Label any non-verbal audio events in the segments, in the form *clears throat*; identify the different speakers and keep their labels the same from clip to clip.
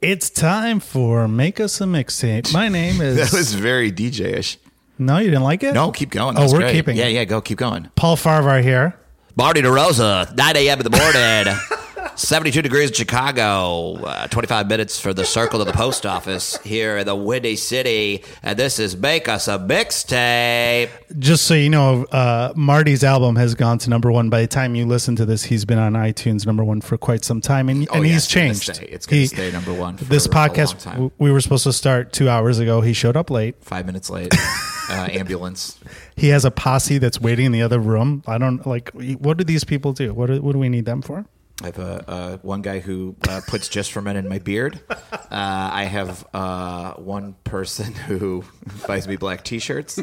Speaker 1: It's time for Make Us a Mixtape.
Speaker 2: *laughs*
Speaker 1: My name is.
Speaker 2: That was very DJ-ish.
Speaker 1: no, you didn't like it?
Speaker 2: No, keep going.
Speaker 1: Oh,
Speaker 2: That's
Speaker 1: we're
Speaker 2: great.
Speaker 1: keeping
Speaker 2: Yeah,
Speaker 1: it.
Speaker 2: yeah, go. Keep going.
Speaker 1: Paul Farvar here.
Speaker 2: Marty DeRosa, 9 a.m. in the morning.
Speaker 1: *laughs*
Speaker 2: 72 degrees in Chicago, uh, 25 minutes for the circle to the post office here in the Windy City. And this is Make Us a Mixtape.
Speaker 1: Just so you know, uh, Marty's album has gone to number one. By the time you listen to this, he's been on iTunes number one for quite some time, and, and
Speaker 2: Oh, yeah,
Speaker 1: he's
Speaker 2: it's gonna
Speaker 1: changed.
Speaker 2: stay- it's gonna
Speaker 1: He-
Speaker 2: stay number one for
Speaker 1: this
Speaker 2: a long
Speaker 1: podcast
Speaker 2: time.
Speaker 1: w- we were supposed to start two hours ago. He showed up late.
Speaker 2: Five minutes late.
Speaker 1: *laughs*
Speaker 2: Uh, ambulance.
Speaker 1: He has a posse that's waiting in the other room. I don't like. What do these people do? What do, what do we need them for?
Speaker 2: I have uh, uh, one guy who uh, puts just for men in my beard. Uh, I have uh, one person *laughs* who buys me black T-shirts.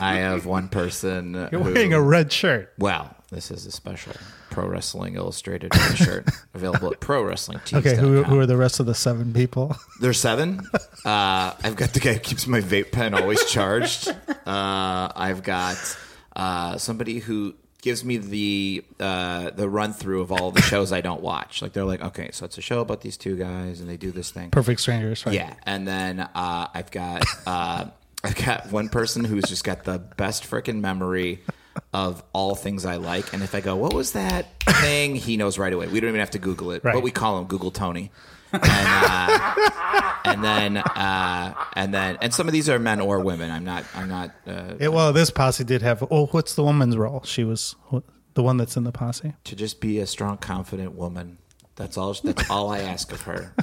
Speaker 2: I have one person.
Speaker 1: *laughs* You're
Speaker 2: who,
Speaker 1: wearing a red shirt.
Speaker 2: Wow, this is a special Pro Wrestling Illustrated shirt available at Pro Wrestling
Speaker 1: Okay, who, who are the rest of the seven people? *laughs*
Speaker 2: There's seven. Uh, I've got the guy who keeps my vape pen always charged. Uh, I've got uh, somebody who gives me the uh, the run through of all the shows I don't watch. Like they're like, okay, so it's a show about these two guys and they do this thing.
Speaker 1: Perfect strangers. Right?
Speaker 2: Yeah, and then uh, I've got uh, *laughs* I've got one person who's just got the best freaking memory of all things I like. And if I go, what was that thing? He knows right away. We don't even have to Google it,
Speaker 1: Right.
Speaker 2: but we call him Google Tony. And, uh, and then uh, and then and some of these are men or women. I'm not I'm not. Uh,
Speaker 1: Yeah, well, this posse did have. Oh, what's the woman's role? She was wh- the one that's in the posse. *laughs*
Speaker 2: to just be a strong, confident woman. That's all. That's all I ask of her,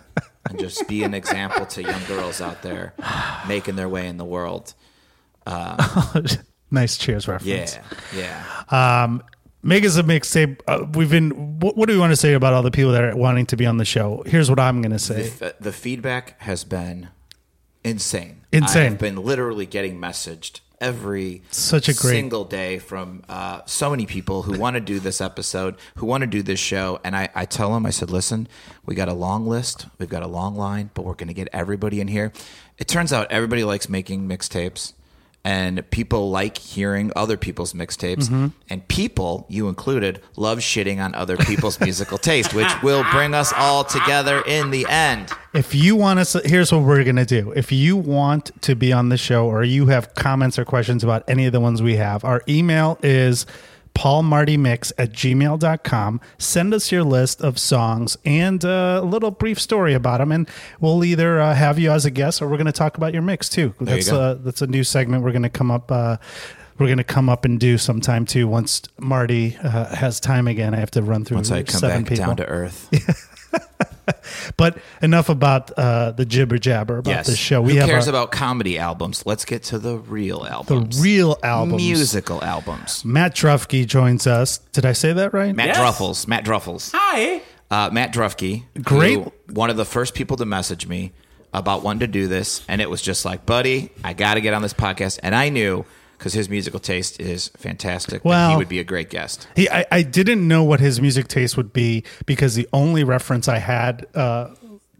Speaker 2: and just be an example to young girls out there making their way in the world.
Speaker 1: nice cheers
Speaker 2: Yeah,
Speaker 1: reference.
Speaker 2: yeah.
Speaker 1: Make us a mixtape. Uh, we've been. What, what do we want to say about all the people that are wanting to be on the show? Here's what I'm going to say.
Speaker 2: F- the feedback has been insane.
Speaker 1: Insane.
Speaker 2: I've been literally getting messaged every
Speaker 1: Such a great-
Speaker 2: single day from uh, so many people who want to do this episode, who want to do this show, and I, I tell them, I said, listen, we got a long list, we've got a long line, but we're going to get everybody in here. It turns out everybody likes making mixtapes. And people like hearing other people's mixtapes,
Speaker 1: Mm-hmm.
Speaker 2: and people, you included, love shitting on other people's *laughs* musical taste, which will bring us all together in the end.
Speaker 1: If you want us, here's what we're going to do. If you want to be on the show, or you have comments or questions about any of the ones we have, our email is paulmartymix at gmail.com. Send us your list of songs and uh, a little brief story about them, and we'll either uh, have you as a guest, or we're going to talk about your mix too. That's
Speaker 2: go.
Speaker 1: uh, that's a new segment we're going to come up. Uh, we're going to come up and do sometime too once Marty uh, has time again. I have to run through
Speaker 2: Once I come
Speaker 1: seven
Speaker 2: back
Speaker 1: people.
Speaker 2: down to earth.
Speaker 1: But enough about uh, the jibber jabber about
Speaker 2: yes.
Speaker 1: this show. We
Speaker 2: Who
Speaker 1: have
Speaker 2: cares
Speaker 1: our-
Speaker 2: about comedy albums? Let's get to the real
Speaker 1: the
Speaker 2: albums.
Speaker 1: real albums.
Speaker 2: musical albums.
Speaker 1: Matt Drufke joins us. Did I say that right?
Speaker 2: Matt
Speaker 3: Yes. Ah.
Speaker 2: Druffles. Matt Druffles.
Speaker 3: Hi.
Speaker 2: Uh, Matt Drufke. who-
Speaker 1: Great.
Speaker 2: one of the first people to message me about wanting to do this. And it was just like, buddy, I got to get on this podcast. And I knew because his musical taste is fantastic. that he
Speaker 1: Well-
Speaker 2: would be a great guest.
Speaker 1: He, I, I didn't know what his music taste would be because the only reference I had uh,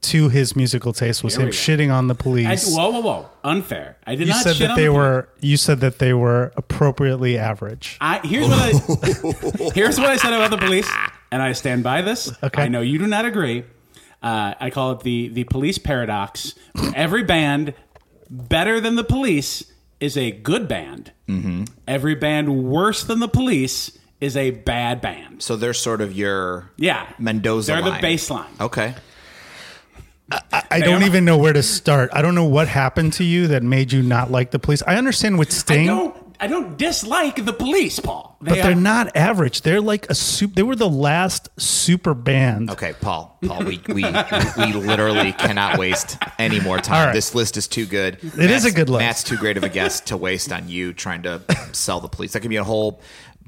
Speaker 1: to his musical taste was him shitting on the
Speaker 3: I,
Speaker 1: police.
Speaker 3: whoa, whoa, whoa! Unfair. I did
Speaker 1: you
Speaker 3: not
Speaker 1: said
Speaker 3: shit
Speaker 1: that
Speaker 3: on
Speaker 1: they
Speaker 3: the-
Speaker 1: were. You said that they were appropriately average.
Speaker 3: I, here's what
Speaker 1: *laughs*
Speaker 3: I here's what I said about the police, and I stand by this.
Speaker 1: Okay.
Speaker 3: I know you do not agree. Uh, I call it the the police paradox. Every band better than the police is a good band.
Speaker 1: Mm-hmm.
Speaker 3: Every band worse than the police is a bad band.
Speaker 2: So they're sort of your
Speaker 3: Yeah,
Speaker 2: Mendoza
Speaker 3: They're
Speaker 2: line.
Speaker 3: the baseline.
Speaker 2: Okay.
Speaker 1: I don't
Speaker 3: am-
Speaker 1: even know where to start. I don't know what happened to you that made you not like the police. I understand with
Speaker 3: I
Speaker 1: Sting.
Speaker 3: don't I don't dislike the police, Paul. They
Speaker 1: But they're
Speaker 3: are-
Speaker 1: not average. They're like a soup. They were the last super band.
Speaker 2: Okay, Paul. Paul, we we, we literally cannot waste any more time.
Speaker 1: All right.
Speaker 2: This list is too good. It is
Speaker 1: is a good list.
Speaker 2: Matt's too great of a guest to waste on you trying to sell the police. That could be a whole.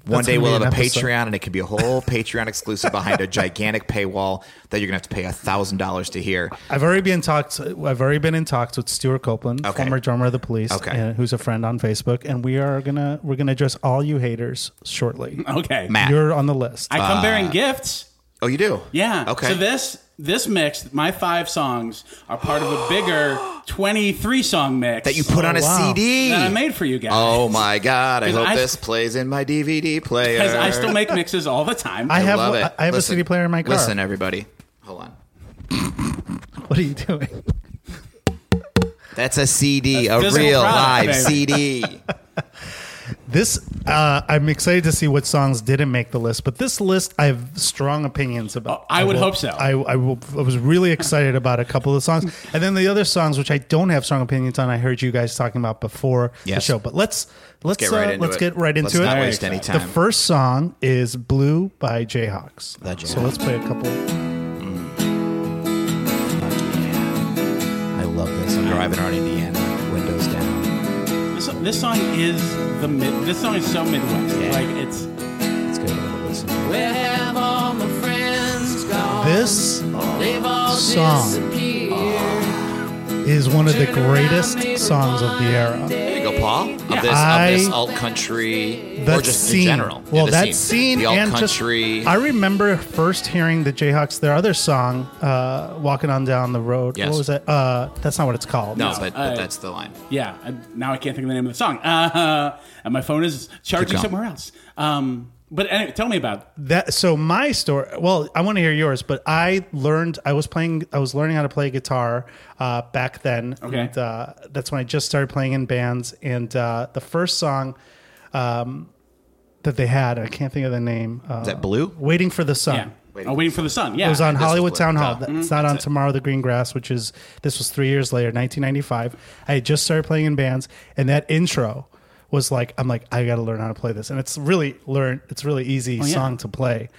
Speaker 2: One
Speaker 1: That's
Speaker 2: day
Speaker 1: gonna
Speaker 2: we'll
Speaker 1: be
Speaker 2: have a
Speaker 1: an episode.
Speaker 2: Patreon, and it could be a whole Patreon exclusive behind a gigantic paywall that you're gonna have to pay a thousand dollars to hear.
Speaker 1: I've already been talks. I've already been in talks with Stuart Copeland,
Speaker 2: Okay.
Speaker 1: former drummer of the Police,
Speaker 2: Okay.
Speaker 1: uh, who's a friend on Facebook, and we are gonna we're gonna address all you haters shortly.
Speaker 3: okay.
Speaker 2: Matt.
Speaker 1: You're on the list.
Speaker 3: I come
Speaker 1: uh,
Speaker 3: bearing gifts.
Speaker 2: Oh, you do?
Speaker 3: Yeah.
Speaker 2: Okay.
Speaker 3: So this this mix, my five songs are part of a
Speaker 2: *gasps*
Speaker 3: bigger twenty-three song mix
Speaker 2: that you put on a
Speaker 1: Oh, wow.
Speaker 2: CD.
Speaker 3: that I made for you guys.
Speaker 2: Oh my God! I
Speaker 3: 'Cause
Speaker 2: hope
Speaker 3: I-
Speaker 2: this plays in my DVD player.
Speaker 3: Because I still make mixes all the time.
Speaker 1: I have
Speaker 2: Love it.
Speaker 1: I have a
Speaker 2: Listen.
Speaker 1: CD player in my car.
Speaker 2: Listen, everybody. Hold on.
Speaker 1: What are you doing?
Speaker 2: That's a CD, a,
Speaker 3: physical
Speaker 2: real
Speaker 3: product,
Speaker 2: live
Speaker 3: baby.
Speaker 1: *laughs*
Speaker 2: CD.
Speaker 1: This uh, I'm excited to see what songs didn't make the list, but this list I have strong opinions about.
Speaker 2: Oh,
Speaker 3: I would
Speaker 1: will-
Speaker 3: hope so.
Speaker 1: I I, will, I was really excited about a couple of
Speaker 2: *laughs*
Speaker 1: the songs, and then the other songs which I don't have strong opinions on. I heard you guys talking about before the
Speaker 2: Yes.
Speaker 1: show, but let's let's
Speaker 2: get right
Speaker 1: uh,
Speaker 2: into
Speaker 1: let's
Speaker 2: it.
Speaker 1: get right into
Speaker 2: Let's
Speaker 1: it.
Speaker 2: not waste any
Speaker 1: The
Speaker 2: time.
Speaker 1: first song is "Blue" by Jayhawks.
Speaker 2: The Jayhawks.
Speaker 1: So let's play a couple.
Speaker 2: I love this. I'm driving around Indiana, windows down.
Speaker 3: This, this song is the mid. This song is so Midwest.
Speaker 2: Yeah.
Speaker 3: Like it's
Speaker 2: Let's go to a little listen.
Speaker 4: Where have all my friends gone?
Speaker 1: This
Speaker 4: They've all
Speaker 1: song.
Speaker 4: disappeared.
Speaker 1: is one of the greatest songs of the era.
Speaker 2: There you go, Paul. Of this,
Speaker 1: I-
Speaker 2: of this alt country,
Speaker 1: that
Speaker 2: or just
Speaker 1: scene.
Speaker 2: in general. Yeah,
Speaker 1: Well,
Speaker 2: the
Speaker 1: that
Speaker 2: scene,
Speaker 1: scene,
Speaker 2: the alt
Speaker 1: and
Speaker 2: country.
Speaker 1: just I remember first hearing the Jayhawks their other song, uh, "Walking on Down the Road."
Speaker 2: Yes.
Speaker 1: What was that? Uh, that's not what it's called.
Speaker 2: no, but, but
Speaker 3: I-
Speaker 2: that's the line.
Speaker 3: yeah. I, now I can't think of the name of the song. *laughs* Uh, and my phone is charging
Speaker 2: going.
Speaker 3: somewhere else. Um, but anyway, tell me about
Speaker 1: that. So my story. Well, I want to hear yours, but I learned. I was playing. I was learning how to play guitar uh, back then.
Speaker 3: Okay.
Speaker 1: And, uh, that's when I just started playing in bands, and uh, the first song. Um, that they had, I can't think of the name. Uh,
Speaker 2: Is that blue?
Speaker 1: Waiting for the Sun.
Speaker 3: yeah.
Speaker 2: Waiting
Speaker 3: oh, waiting for the sun. Yeah,
Speaker 1: It was on
Speaker 2: this is
Speaker 1: Hollywood
Speaker 2: what-
Speaker 1: Town Hall.
Speaker 2: oh,
Speaker 1: That- It's not on Tomorrow the Green Grass, which is this was three years later, 1995. I had just started playing in bands, and that intro was like, I'm like, I got to learn how to play this, and it's really learn. It's really
Speaker 2: Oh,
Speaker 1: easy
Speaker 3: yeah.
Speaker 1: song to play,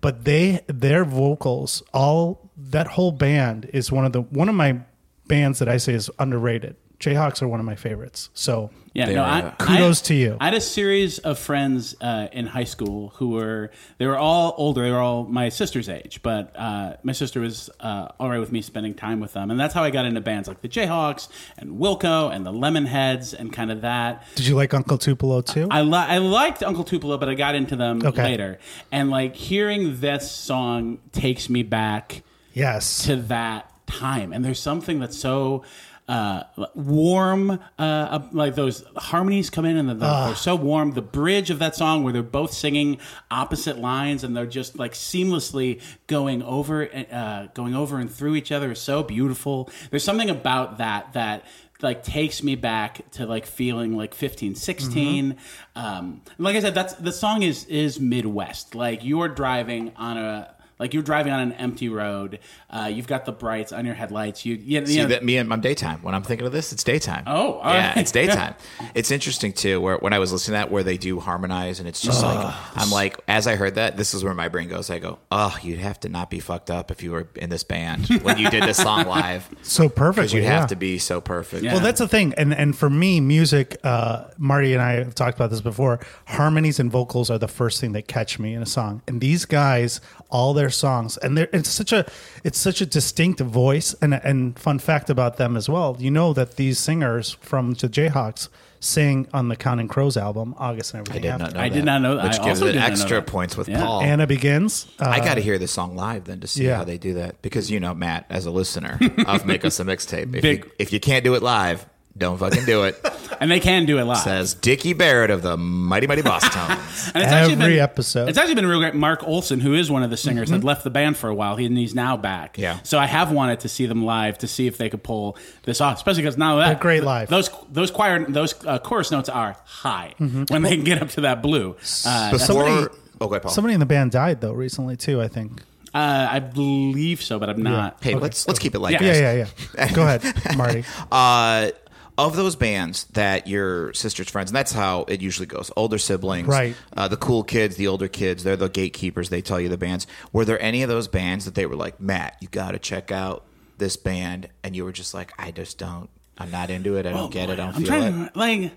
Speaker 1: but they their vocals, all that whole band is one of the one of my bands that I say is underrated. Jayhawks are one of my favorites. So
Speaker 3: Yeah,
Speaker 2: They
Speaker 3: no,
Speaker 2: were,
Speaker 3: I,
Speaker 2: uh,
Speaker 1: Kudos
Speaker 3: I-
Speaker 1: to you.
Speaker 3: I had a series of friends uh, in high school who were they were all older. They were all my sister's age, but uh, my sister was uh, all right with me spending time with them, and that's how I got into bands like the Jayhawks and Wilco and the Lemonheads and kind of that.
Speaker 1: did you like Uncle Tupelo too?
Speaker 3: I, li- I liked Uncle Tupelo, but I got into them
Speaker 1: Okay.
Speaker 3: later, and like hearing this song takes me back
Speaker 1: yes.
Speaker 3: to that time. And there's something that's so uh, warm, uh, uh, like those harmonies come in and they're, they're so warm. The bridge of that song where they're both singing opposite lines and they're just like seamlessly going over, uh, going over and through each other is so beautiful. There's something about that that like takes me back to like feeling like 15 16 um like i said that's the song is is midwest like you're driving on a like you're driving on an empty road uh you've got the brights on your headlights you you, you
Speaker 2: See
Speaker 3: know,
Speaker 2: that me and I'm daytime. When I'm thinking of this, it's daytime.
Speaker 3: Oh, all
Speaker 2: yeah,
Speaker 3: right. *laughs*
Speaker 2: it's daytime. It's interesting too. Where when I was listening to that, where they do harmonize, and it's just like I'm like, as I heard that, this is where my brain goes. I go, oh, you'd have to not be fucked up if you were in this band when you did this
Speaker 3: *laughs*
Speaker 2: song live,
Speaker 1: So perfect.
Speaker 2: because you'd have to be so perfect.
Speaker 3: Yeah.
Speaker 1: Well, that's the thing, and and for me, music. Uh, Marty and I have talked about this before. Harmonies and vocals are the first thing that catch me in a song, and these guys, all their songs, and they're it's such a it's such a distinct voice. And and fun fact about them as well, you know that these singers from the Jayhawks sang on the Counting Crows album, August and
Speaker 2: I
Speaker 1: everything.
Speaker 2: did
Speaker 1: After.
Speaker 2: not know.
Speaker 3: I
Speaker 2: that,
Speaker 3: did not know that.
Speaker 2: Which
Speaker 3: I
Speaker 2: gives
Speaker 3: also
Speaker 2: it
Speaker 3: did not know
Speaker 2: extra
Speaker 3: that.
Speaker 2: points with
Speaker 3: Yeah.
Speaker 2: Paul.
Speaker 1: Anna begins. Uh,
Speaker 2: I got to hear the song live then to see
Speaker 1: Yeah.
Speaker 2: how they do that because you know Matt as a
Speaker 3: *laughs*
Speaker 2: listener of Make Us a Mixtape. If,
Speaker 3: Big-
Speaker 2: you, if you can't do it live, don't fucking do
Speaker 3: *laughs*
Speaker 2: it.
Speaker 3: and they can do it live
Speaker 2: Says Dickie Barrett of the Mighty Mighty
Speaker 3: *laughs*
Speaker 2: Boss Tones.
Speaker 3: And it's
Speaker 1: Every episode.
Speaker 3: It's actually been real great. Mark Olson, who is one of the singers, had left the band for a while, he- and he's now back.
Speaker 2: Mm-hmm. Yeah.
Speaker 3: So I have wanted to see them live to see if they could pull this off, especially because now that
Speaker 1: They're great live.
Speaker 3: Those those choir those uh, chorus notes are high
Speaker 1: Mm-hmm.
Speaker 3: when they can get up to that blue. Uh,
Speaker 2: Before,
Speaker 1: somebody-
Speaker 2: okay, Paul.
Speaker 1: somebody in the band died though recently too. I think.
Speaker 3: uh, I believe so, but I'm not.
Speaker 2: hey, let's let's keep it like
Speaker 3: Yeah.
Speaker 2: this.
Speaker 1: Yeah, yeah,
Speaker 3: *laughs*
Speaker 1: yeah. Go ahead, Marty.
Speaker 2: uh, of those bands that your sister's friends, and that's how it usually goes. Older siblings,
Speaker 1: Right.
Speaker 2: Uh, the cool kids, the older kids, they're the gatekeepers. They tell you the bands. Were there any of those bands that they were like, Matt, you got to check out this band, and you were just like, I just don't, I'm not into it. I don't get it. I don't
Speaker 3: Oh, I'm
Speaker 2: feel
Speaker 3: trying
Speaker 2: it.
Speaker 3: to remember, like.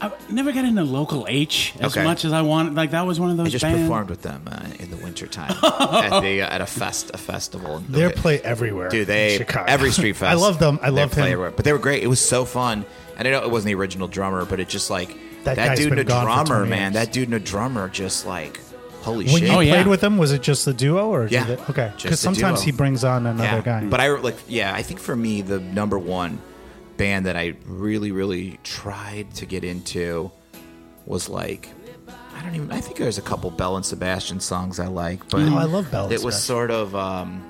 Speaker 3: I never got into local H as
Speaker 2: Okay.
Speaker 3: much as I wanted. Like that was one of those
Speaker 2: I just
Speaker 3: bands.
Speaker 2: performed with them uh, in the wintertime at the uh, at a fest a festival.
Speaker 1: They are play everywhere.
Speaker 2: Dude,
Speaker 1: in
Speaker 2: they
Speaker 1: Chicago.
Speaker 2: every
Speaker 1: *laughs*
Speaker 2: street fest.
Speaker 1: I love them. I
Speaker 2: they
Speaker 1: love
Speaker 2: play
Speaker 1: him.
Speaker 2: everywhere. But they were great. It was so fun. And I know it wasn't the original drummer, but it just like
Speaker 1: That
Speaker 2: that,
Speaker 1: guy's
Speaker 2: dude and a
Speaker 1: been gone for
Speaker 2: drummer,
Speaker 1: 20
Speaker 2: man.
Speaker 1: years.
Speaker 2: That dude and a drummer, just like holy
Speaker 1: When
Speaker 2: shit.
Speaker 1: you
Speaker 3: Oh,
Speaker 1: played
Speaker 3: yeah.
Speaker 1: with him, was it just the duo or did
Speaker 2: Yeah,
Speaker 1: it- okay?
Speaker 2: just the
Speaker 1: Because sometimes
Speaker 2: duo.
Speaker 1: he brings on another
Speaker 2: yeah.
Speaker 1: guy.
Speaker 2: But I like yeah. I think for me the number one band that I really really tried to get into was like. I don't even. I think there's a couple Bell and Sebastian songs I like, but
Speaker 1: Oh, I Oh, love Bell and
Speaker 2: It was
Speaker 1: Sebastian.
Speaker 2: sort of um,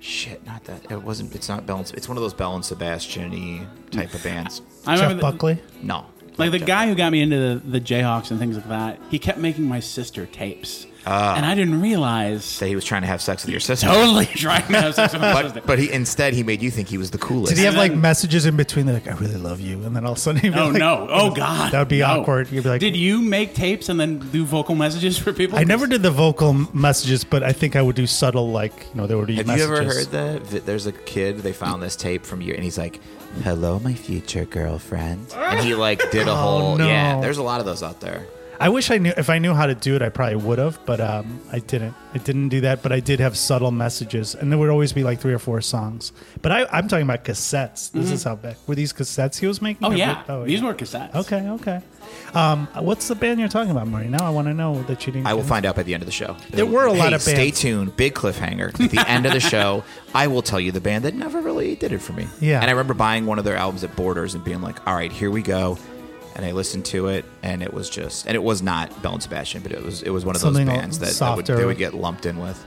Speaker 2: Shit, not that. It wasn't. It's not Bell and. It's one of those Bell and Sebastian type of bands.
Speaker 3: I
Speaker 1: Jeff
Speaker 3: the-
Speaker 1: Buckley.
Speaker 2: No. uh,
Speaker 3: like
Speaker 2: not
Speaker 3: the
Speaker 2: Jeff.
Speaker 3: guy who got me into the, the Jayhawks and things like that. He kept making my sister tapes,
Speaker 2: Ah.
Speaker 3: and I didn't realize
Speaker 2: that he was trying to have sex with your sister.
Speaker 3: *laughs* totally trying to have sex with my sister.
Speaker 2: *laughs* But, but he instead he made you think he was the coolest.
Speaker 1: Did he have
Speaker 3: And
Speaker 1: like
Speaker 3: then-
Speaker 1: messages in between? They're like, "I really love you," and then all of a sudden, he'd be
Speaker 3: Oh
Speaker 1: like- *laughs*
Speaker 3: no! Oh god!
Speaker 1: that would be
Speaker 3: No.
Speaker 1: awkward. You'd be like,
Speaker 3: "Did you make tapes and then do vocal messages for people?"
Speaker 1: I never did the vocal m- messages, but I think I would do subtle, like you know, there would be
Speaker 2: Have
Speaker 1: messages.
Speaker 2: you ever heard that? Vi- There's a kid. They found this tape from you, and he's like, "Hello, my future girlfriend," and he like did a whole.
Speaker 1: Oh, no.
Speaker 2: Yeah, there's a lot of those out there.
Speaker 1: I wish I knew. If I knew how to do it, I probably would have, but um, I didn't. I didn't do that, but I did have subtle messages, and there would always be like three or four songs. But I, I'm talking about cassettes. This is how big were these cassettes he was making?
Speaker 3: Mm-hmm. Oh
Speaker 1: Or
Speaker 3: yeah,
Speaker 1: what- oh,
Speaker 3: these
Speaker 1: yeah.
Speaker 3: were cassettes.
Speaker 1: okay, okay. Um, what's the band you're talking about, Murray? Now I want to know that you didn't.
Speaker 2: I will
Speaker 1: get
Speaker 2: find out by the end of the show.
Speaker 1: There were a lot
Speaker 2: Hey,
Speaker 1: of
Speaker 2: Stay
Speaker 1: bands.
Speaker 2: tuned. Big cliffhanger. At the end of the
Speaker 1: *laughs*
Speaker 2: show, I will tell you the band that never really did it for me.
Speaker 1: Yeah.
Speaker 2: And I remember buying one of their albums at Borders and being like, all right, here we go. And I listened to it, and it was just, and it was not Bell and Sebastian, but it was it was one of
Speaker 1: Something
Speaker 2: those bands that, that would,
Speaker 1: softer.
Speaker 2: they would get lumped in with.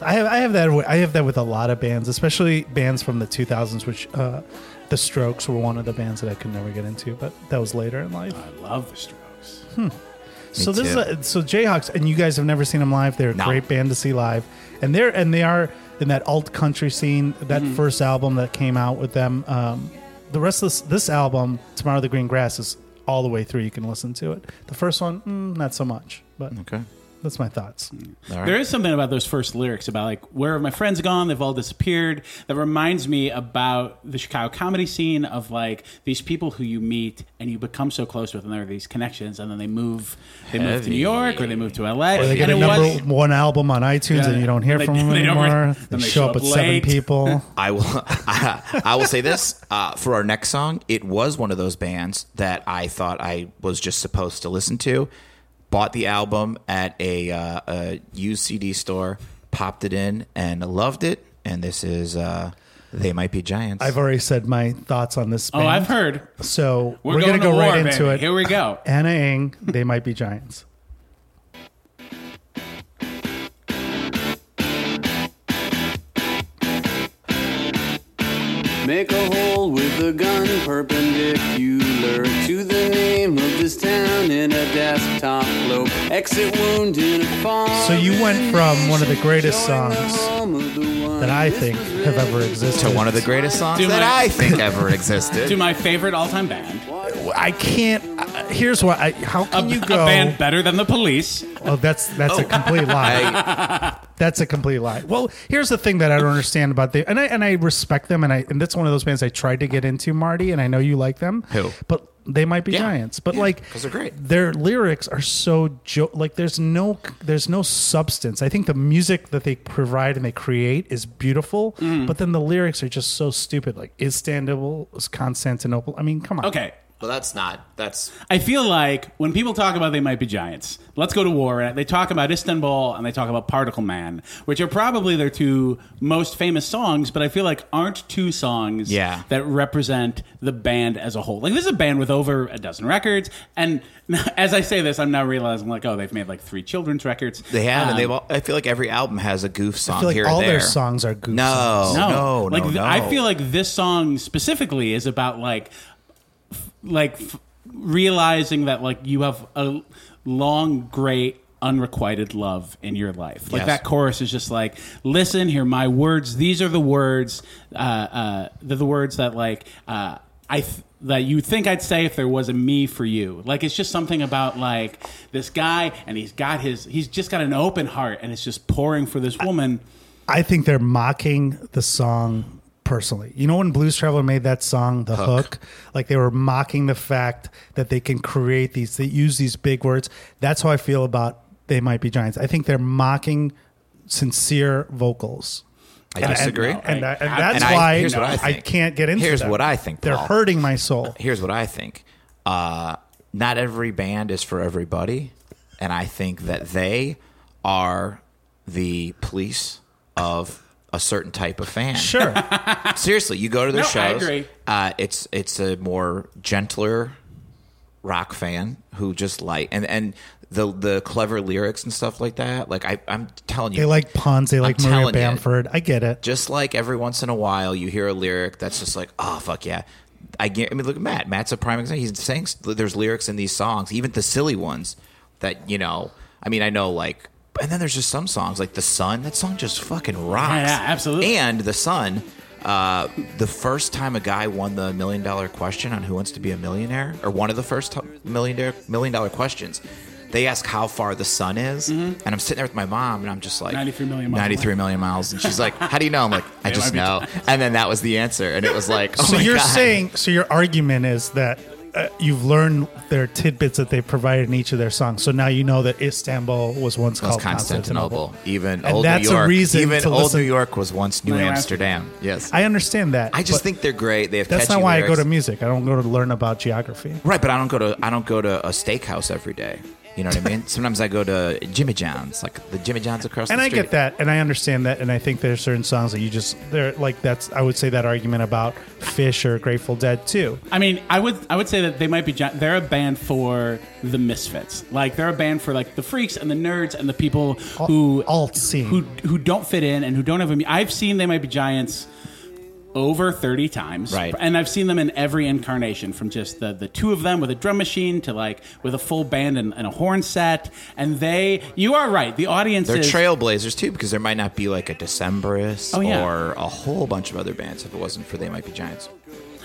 Speaker 1: I have I have that wi- I have that with a lot of bands, especially bands from the 2000s, which uh, the Strokes were one of the bands that I could never get into, but that was later in life.
Speaker 3: I love the Strokes.
Speaker 1: so
Speaker 2: Me
Speaker 1: this is
Speaker 2: too.
Speaker 1: a, so Jayhawks, and you guys have never seen them live. They're a
Speaker 2: No.
Speaker 1: great band to see live, and they're and they are in that alt country scene. That
Speaker 3: Mm-hmm.
Speaker 1: first album that came out with them, um, the rest of this, this album, Tomorrow the Green Grass, is all the way through. You can listen to it. The first one, mm, not so much, but
Speaker 2: Okay.
Speaker 1: that's my thoughts.
Speaker 2: All right.
Speaker 3: There is something about those first lyrics about like where have my friends gone? They've all disappeared. That reminds me about the Chicago comedy scene of like these people who you meet and you become so close with, and there are these connections, and then they move, they move to New
Speaker 2: Heavy.
Speaker 3: York or they move to LA.
Speaker 1: Or they get a
Speaker 3: And it
Speaker 1: number
Speaker 3: was-
Speaker 1: one album on iTunes
Speaker 3: Yeah.
Speaker 1: and you don't hear
Speaker 3: They-
Speaker 1: from them
Speaker 3: they don't re-
Speaker 1: anymore. They,
Speaker 3: then they
Speaker 1: show up with seven
Speaker 3: late. *laughs*
Speaker 1: people.
Speaker 2: I will. *laughs* I, will say this uh, for our next song. It was one of those bands that I thought I was just supposed to listen to. Bought the album at a, uh, a used CD store, popped it in, and loved it. And this is uh, "They Might Be Giants."
Speaker 1: I've already said my thoughts on this.
Speaker 3: Oh,
Speaker 1: band.
Speaker 3: I've heard.
Speaker 1: So we're,
Speaker 3: We're,
Speaker 1: gonna
Speaker 3: going
Speaker 1: go
Speaker 3: to war,
Speaker 1: right into
Speaker 3: baby.
Speaker 1: it.
Speaker 3: Here we go.
Speaker 1: Anna Ng, they might be giants.
Speaker 5: Make a hole with a gun perpendicular to the name of this town in a desktop globe. Exit wound in a farm.
Speaker 1: So you went from one of the greatest
Speaker 5: Showing the
Speaker 1: songs
Speaker 5: home of the one.
Speaker 1: That I
Speaker 5: This
Speaker 1: think
Speaker 5: was
Speaker 1: have ever
Speaker 5: written
Speaker 1: existed.
Speaker 2: to one of the greatest songs
Speaker 3: Do
Speaker 2: that
Speaker 3: my-
Speaker 2: I think ever
Speaker 3: To
Speaker 2: existed.
Speaker 3: my favorite
Speaker 1: *laughs*
Speaker 3: all-time band,
Speaker 1: I can't. Uh, here's why. I, how
Speaker 3: a,
Speaker 1: can you
Speaker 3: a
Speaker 1: go?
Speaker 3: band better than the Police.
Speaker 1: Oh, that's that's a complete lie. that's a complete lie. Well, here's the thing that I don't understand about the and I and I respect them and I and that's one of those bands I tried to get into, Marty, and I know you like them.
Speaker 2: Who?
Speaker 1: But they might be
Speaker 2: Yeah.
Speaker 1: giants. But
Speaker 2: Yeah,
Speaker 1: like
Speaker 2: 'cause they're great.
Speaker 1: Their lyrics are so jo- like there's no there's no substance. I think the music that they provide and they create is beautiful,
Speaker 2: Mm.
Speaker 1: but then the lyrics are just so stupid. Like Istanbul is Constantinople. I mean, come on.
Speaker 3: Okay,
Speaker 2: Well, that's not. That's
Speaker 3: I feel like when people talk about they might be giants, let's go to war. and They talk about Istanbul and they talk about Particle Man, which are probably their two most famous songs, but I feel like aren't two songs
Speaker 2: Yeah.
Speaker 3: that represent the band as a whole. Like this is a band with over a dozen records, and *laughs* as I say this, I'm now realizing like, oh, they've made like three children's records.
Speaker 2: they have,
Speaker 3: Um,
Speaker 2: and they've. All, I feel like every album has a goof song
Speaker 1: I feel like
Speaker 2: here
Speaker 1: all
Speaker 2: and there.
Speaker 1: their songs are goofy.
Speaker 2: no, no, no,
Speaker 3: like th-
Speaker 2: no.
Speaker 3: I feel like this song specifically is about like, f- like f- realizing that like you have a long, great, unrequited love in your life. Like
Speaker 2: Yes.
Speaker 3: that chorus is just like, listen, hear my words. These are the words. Uh, uh, they're the words that like uh, I. Th- that you think I'd say if there was a me for you. Like it's just something about like this guy and he's got his he's just got an open heart and it's just pouring for this woman.
Speaker 1: I think they're mocking the song personally. You know when Blues Traveler made that song, The Hook, like they were mocking the fact that they can create these, they use these big words. That's how I feel about They Might Be Giants. I think they're mocking sincere vocals.
Speaker 2: I disagree.
Speaker 1: And, and, I- and
Speaker 3: I-
Speaker 1: that's
Speaker 2: and I-
Speaker 1: why
Speaker 2: here's what
Speaker 1: I,
Speaker 2: I think.
Speaker 1: can't get into
Speaker 2: Here's
Speaker 1: them.
Speaker 2: what I think,
Speaker 1: They're
Speaker 2: Paul.
Speaker 1: hurting
Speaker 2: *laughs*
Speaker 1: my soul.
Speaker 2: here's what I think. Uh, not every band is for everybody, and I think that they are the police of a certain type of fan.
Speaker 1: Sure.
Speaker 2: Seriously, you go to their
Speaker 3: No, I
Speaker 2: shows.
Speaker 3: agree.
Speaker 2: Uh, it's it's a more gentler rock fan who just like and and the the clever lyrics and stuff like that. Like I, I'm telling you,
Speaker 1: They like puns. They like Maria
Speaker 2: telling you.
Speaker 1: Bamford. I get it.
Speaker 2: just like every once in a while you hear a lyric that's just like oh fuck yeah i get i mean look at matt matt's a prime example he's saying there's lyrics in these songs even the silly ones that you know i mean i know like and then there's just some songs like the sun that song just fucking rocks
Speaker 3: Yeah, yeah, absolutely.
Speaker 2: and the sun uh, the first time a guy won the million dollar question on Who Wants to Be a Millionaire, or one of the first to- million dollar million dollar questions, they ask how far the sun is, and I'm sitting there with my mom, and I'm just like
Speaker 3: 93 Mm-hmm. million miles
Speaker 2: 93 million miles, and she's like, "How do you know?" I'm like, "I just
Speaker 3: might be
Speaker 2: know," and then that was the answer, and it was like, "Oh
Speaker 1: So
Speaker 2: my
Speaker 1: you're
Speaker 2: God.
Speaker 1: saying, so your argument is that uh, you've learned their tidbits that they've provided in each of their songs. So now you know that Istanbul was once
Speaker 2: It was
Speaker 1: called Constantinople.
Speaker 2: Constantinople, even
Speaker 1: Oh, And
Speaker 2: old
Speaker 1: that's a
Speaker 2: New York,
Speaker 1: reason
Speaker 2: even
Speaker 1: to
Speaker 2: old
Speaker 1: listen-
Speaker 2: New York was once New
Speaker 3: No,
Speaker 2: Amsterdam." Yes, I,
Speaker 1: I understand that.
Speaker 2: just
Speaker 1: but
Speaker 2: think they're great. They have
Speaker 1: that's
Speaker 2: catchy
Speaker 1: not why I
Speaker 2: lyrics.
Speaker 1: go to music. I don't go to learn about geography.
Speaker 2: Right, but I don't go to I don't go to a steakhouse every day. You know what I
Speaker 1: *laughs*
Speaker 2: mean? Sometimes I go to Jimmy John's, like the Jimmy John's across
Speaker 1: And
Speaker 2: the
Speaker 1: I
Speaker 2: street.
Speaker 1: get that, and I understand that, and I think there's certain songs that you just they're like that's. I would say that argument about Fish or Grateful Dead too.
Speaker 3: I mean, I would I would say that they might be gen- they're a band for the misfits. Like they're a band for like the freaks and the nerds and the people who
Speaker 1: alt scene.
Speaker 3: who who don't fit in and who don't have a. me- I've seen they might be giants over 30 times
Speaker 2: Right.
Speaker 3: and i've seen them in every incarnation from just the, the two of them with a drum machine to like with a full band and, and a horn set and they you are right the audience
Speaker 2: They're
Speaker 3: is
Speaker 2: trailblazers too, because there might not be like a Decemberists
Speaker 3: Oh, yeah.
Speaker 2: or a whole bunch of other bands if it wasn't for They Might Be Giants.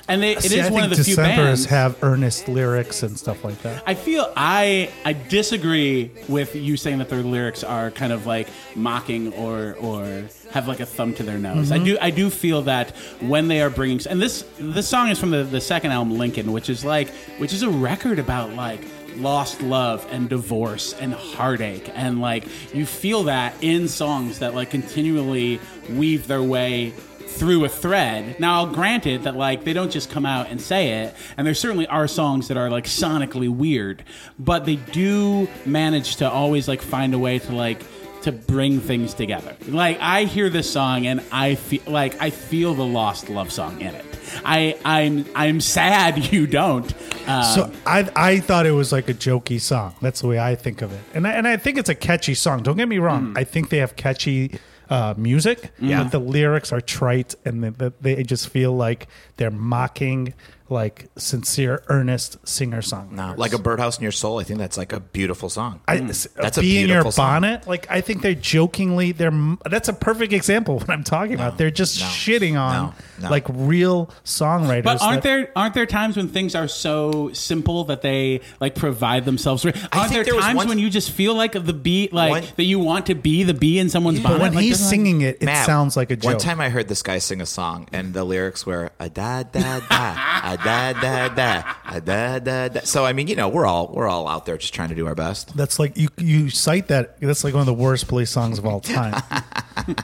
Speaker 3: and they, it is
Speaker 1: See, I
Speaker 3: one of
Speaker 1: think
Speaker 3: the few bands
Speaker 1: Decemberists have earnest lyrics and stuff like that.
Speaker 3: I feel I I disagree with you saying that their lyrics are kind of like mocking or or have like a thumb to their nose. I do I do feel that when they are bringing and this this song is from the the second album Lincoln, which is like which is a record about like lost love and divorce and heartache and like you feel that in songs that like continually weave their way through a thread. Now, granted that like they don't just come out and say it, and there certainly are songs that are like sonically weird, but they do manage to always like find a way to like to bring things together. Like I hear this song and I feel like I feel the lost love song in it. I I'm I'm sad *laughs* you don't. Uh,
Speaker 2: Um,
Speaker 1: So I I thought it was like a jokey song. That's the way I think of it, and I, and I think it's a catchy song. Don't get me wrong. I think they have catchy uh, music,
Speaker 2: Mm. Yeah.
Speaker 1: but the lyrics are trite, and the, the, they just feel like they're mocking like sincere, earnest singer song.
Speaker 2: Like a birdhouse in your soul, I think that's like a beautiful song.
Speaker 1: I,
Speaker 2: Mm. That's
Speaker 1: that's
Speaker 2: a
Speaker 1: a be in your
Speaker 2: beautiful song.
Speaker 1: bonnet. Like I think they're jokingly. They're that's a perfect example of what I'm talking about. They're just
Speaker 2: no,
Speaker 1: shitting on
Speaker 2: no, no.
Speaker 1: like real songwriters.
Speaker 3: but
Speaker 1: that-
Speaker 3: aren't there aren't there times when things are so simple that they like provide themselves? Aren't
Speaker 2: think
Speaker 3: there,
Speaker 2: there was
Speaker 3: times
Speaker 2: once-
Speaker 3: when you just feel like the bee, like
Speaker 2: One-
Speaker 3: that you want to be the bee in someone's
Speaker 1: But
Speaker 3: bonnet?
Speaker 1: when
Speaker 3: Like,
Speaker 1: he's
Speaker 3: doesn't-
Speaker 1: singing it, it
Speaker 2: Matt,
Speaker 1: sounds like a joke.
Speaker 2: One time I heard this guy sing a song, and the lyrics were a da da da, a da da da, a da da da. So I mean, you know, we're all we're all out there just trying to do our best. *laughs*
Speaker 1: That's like you you cite that. That's like one of the worst police songs of
Speaker 2: *laughs*
Speaker 1: all time.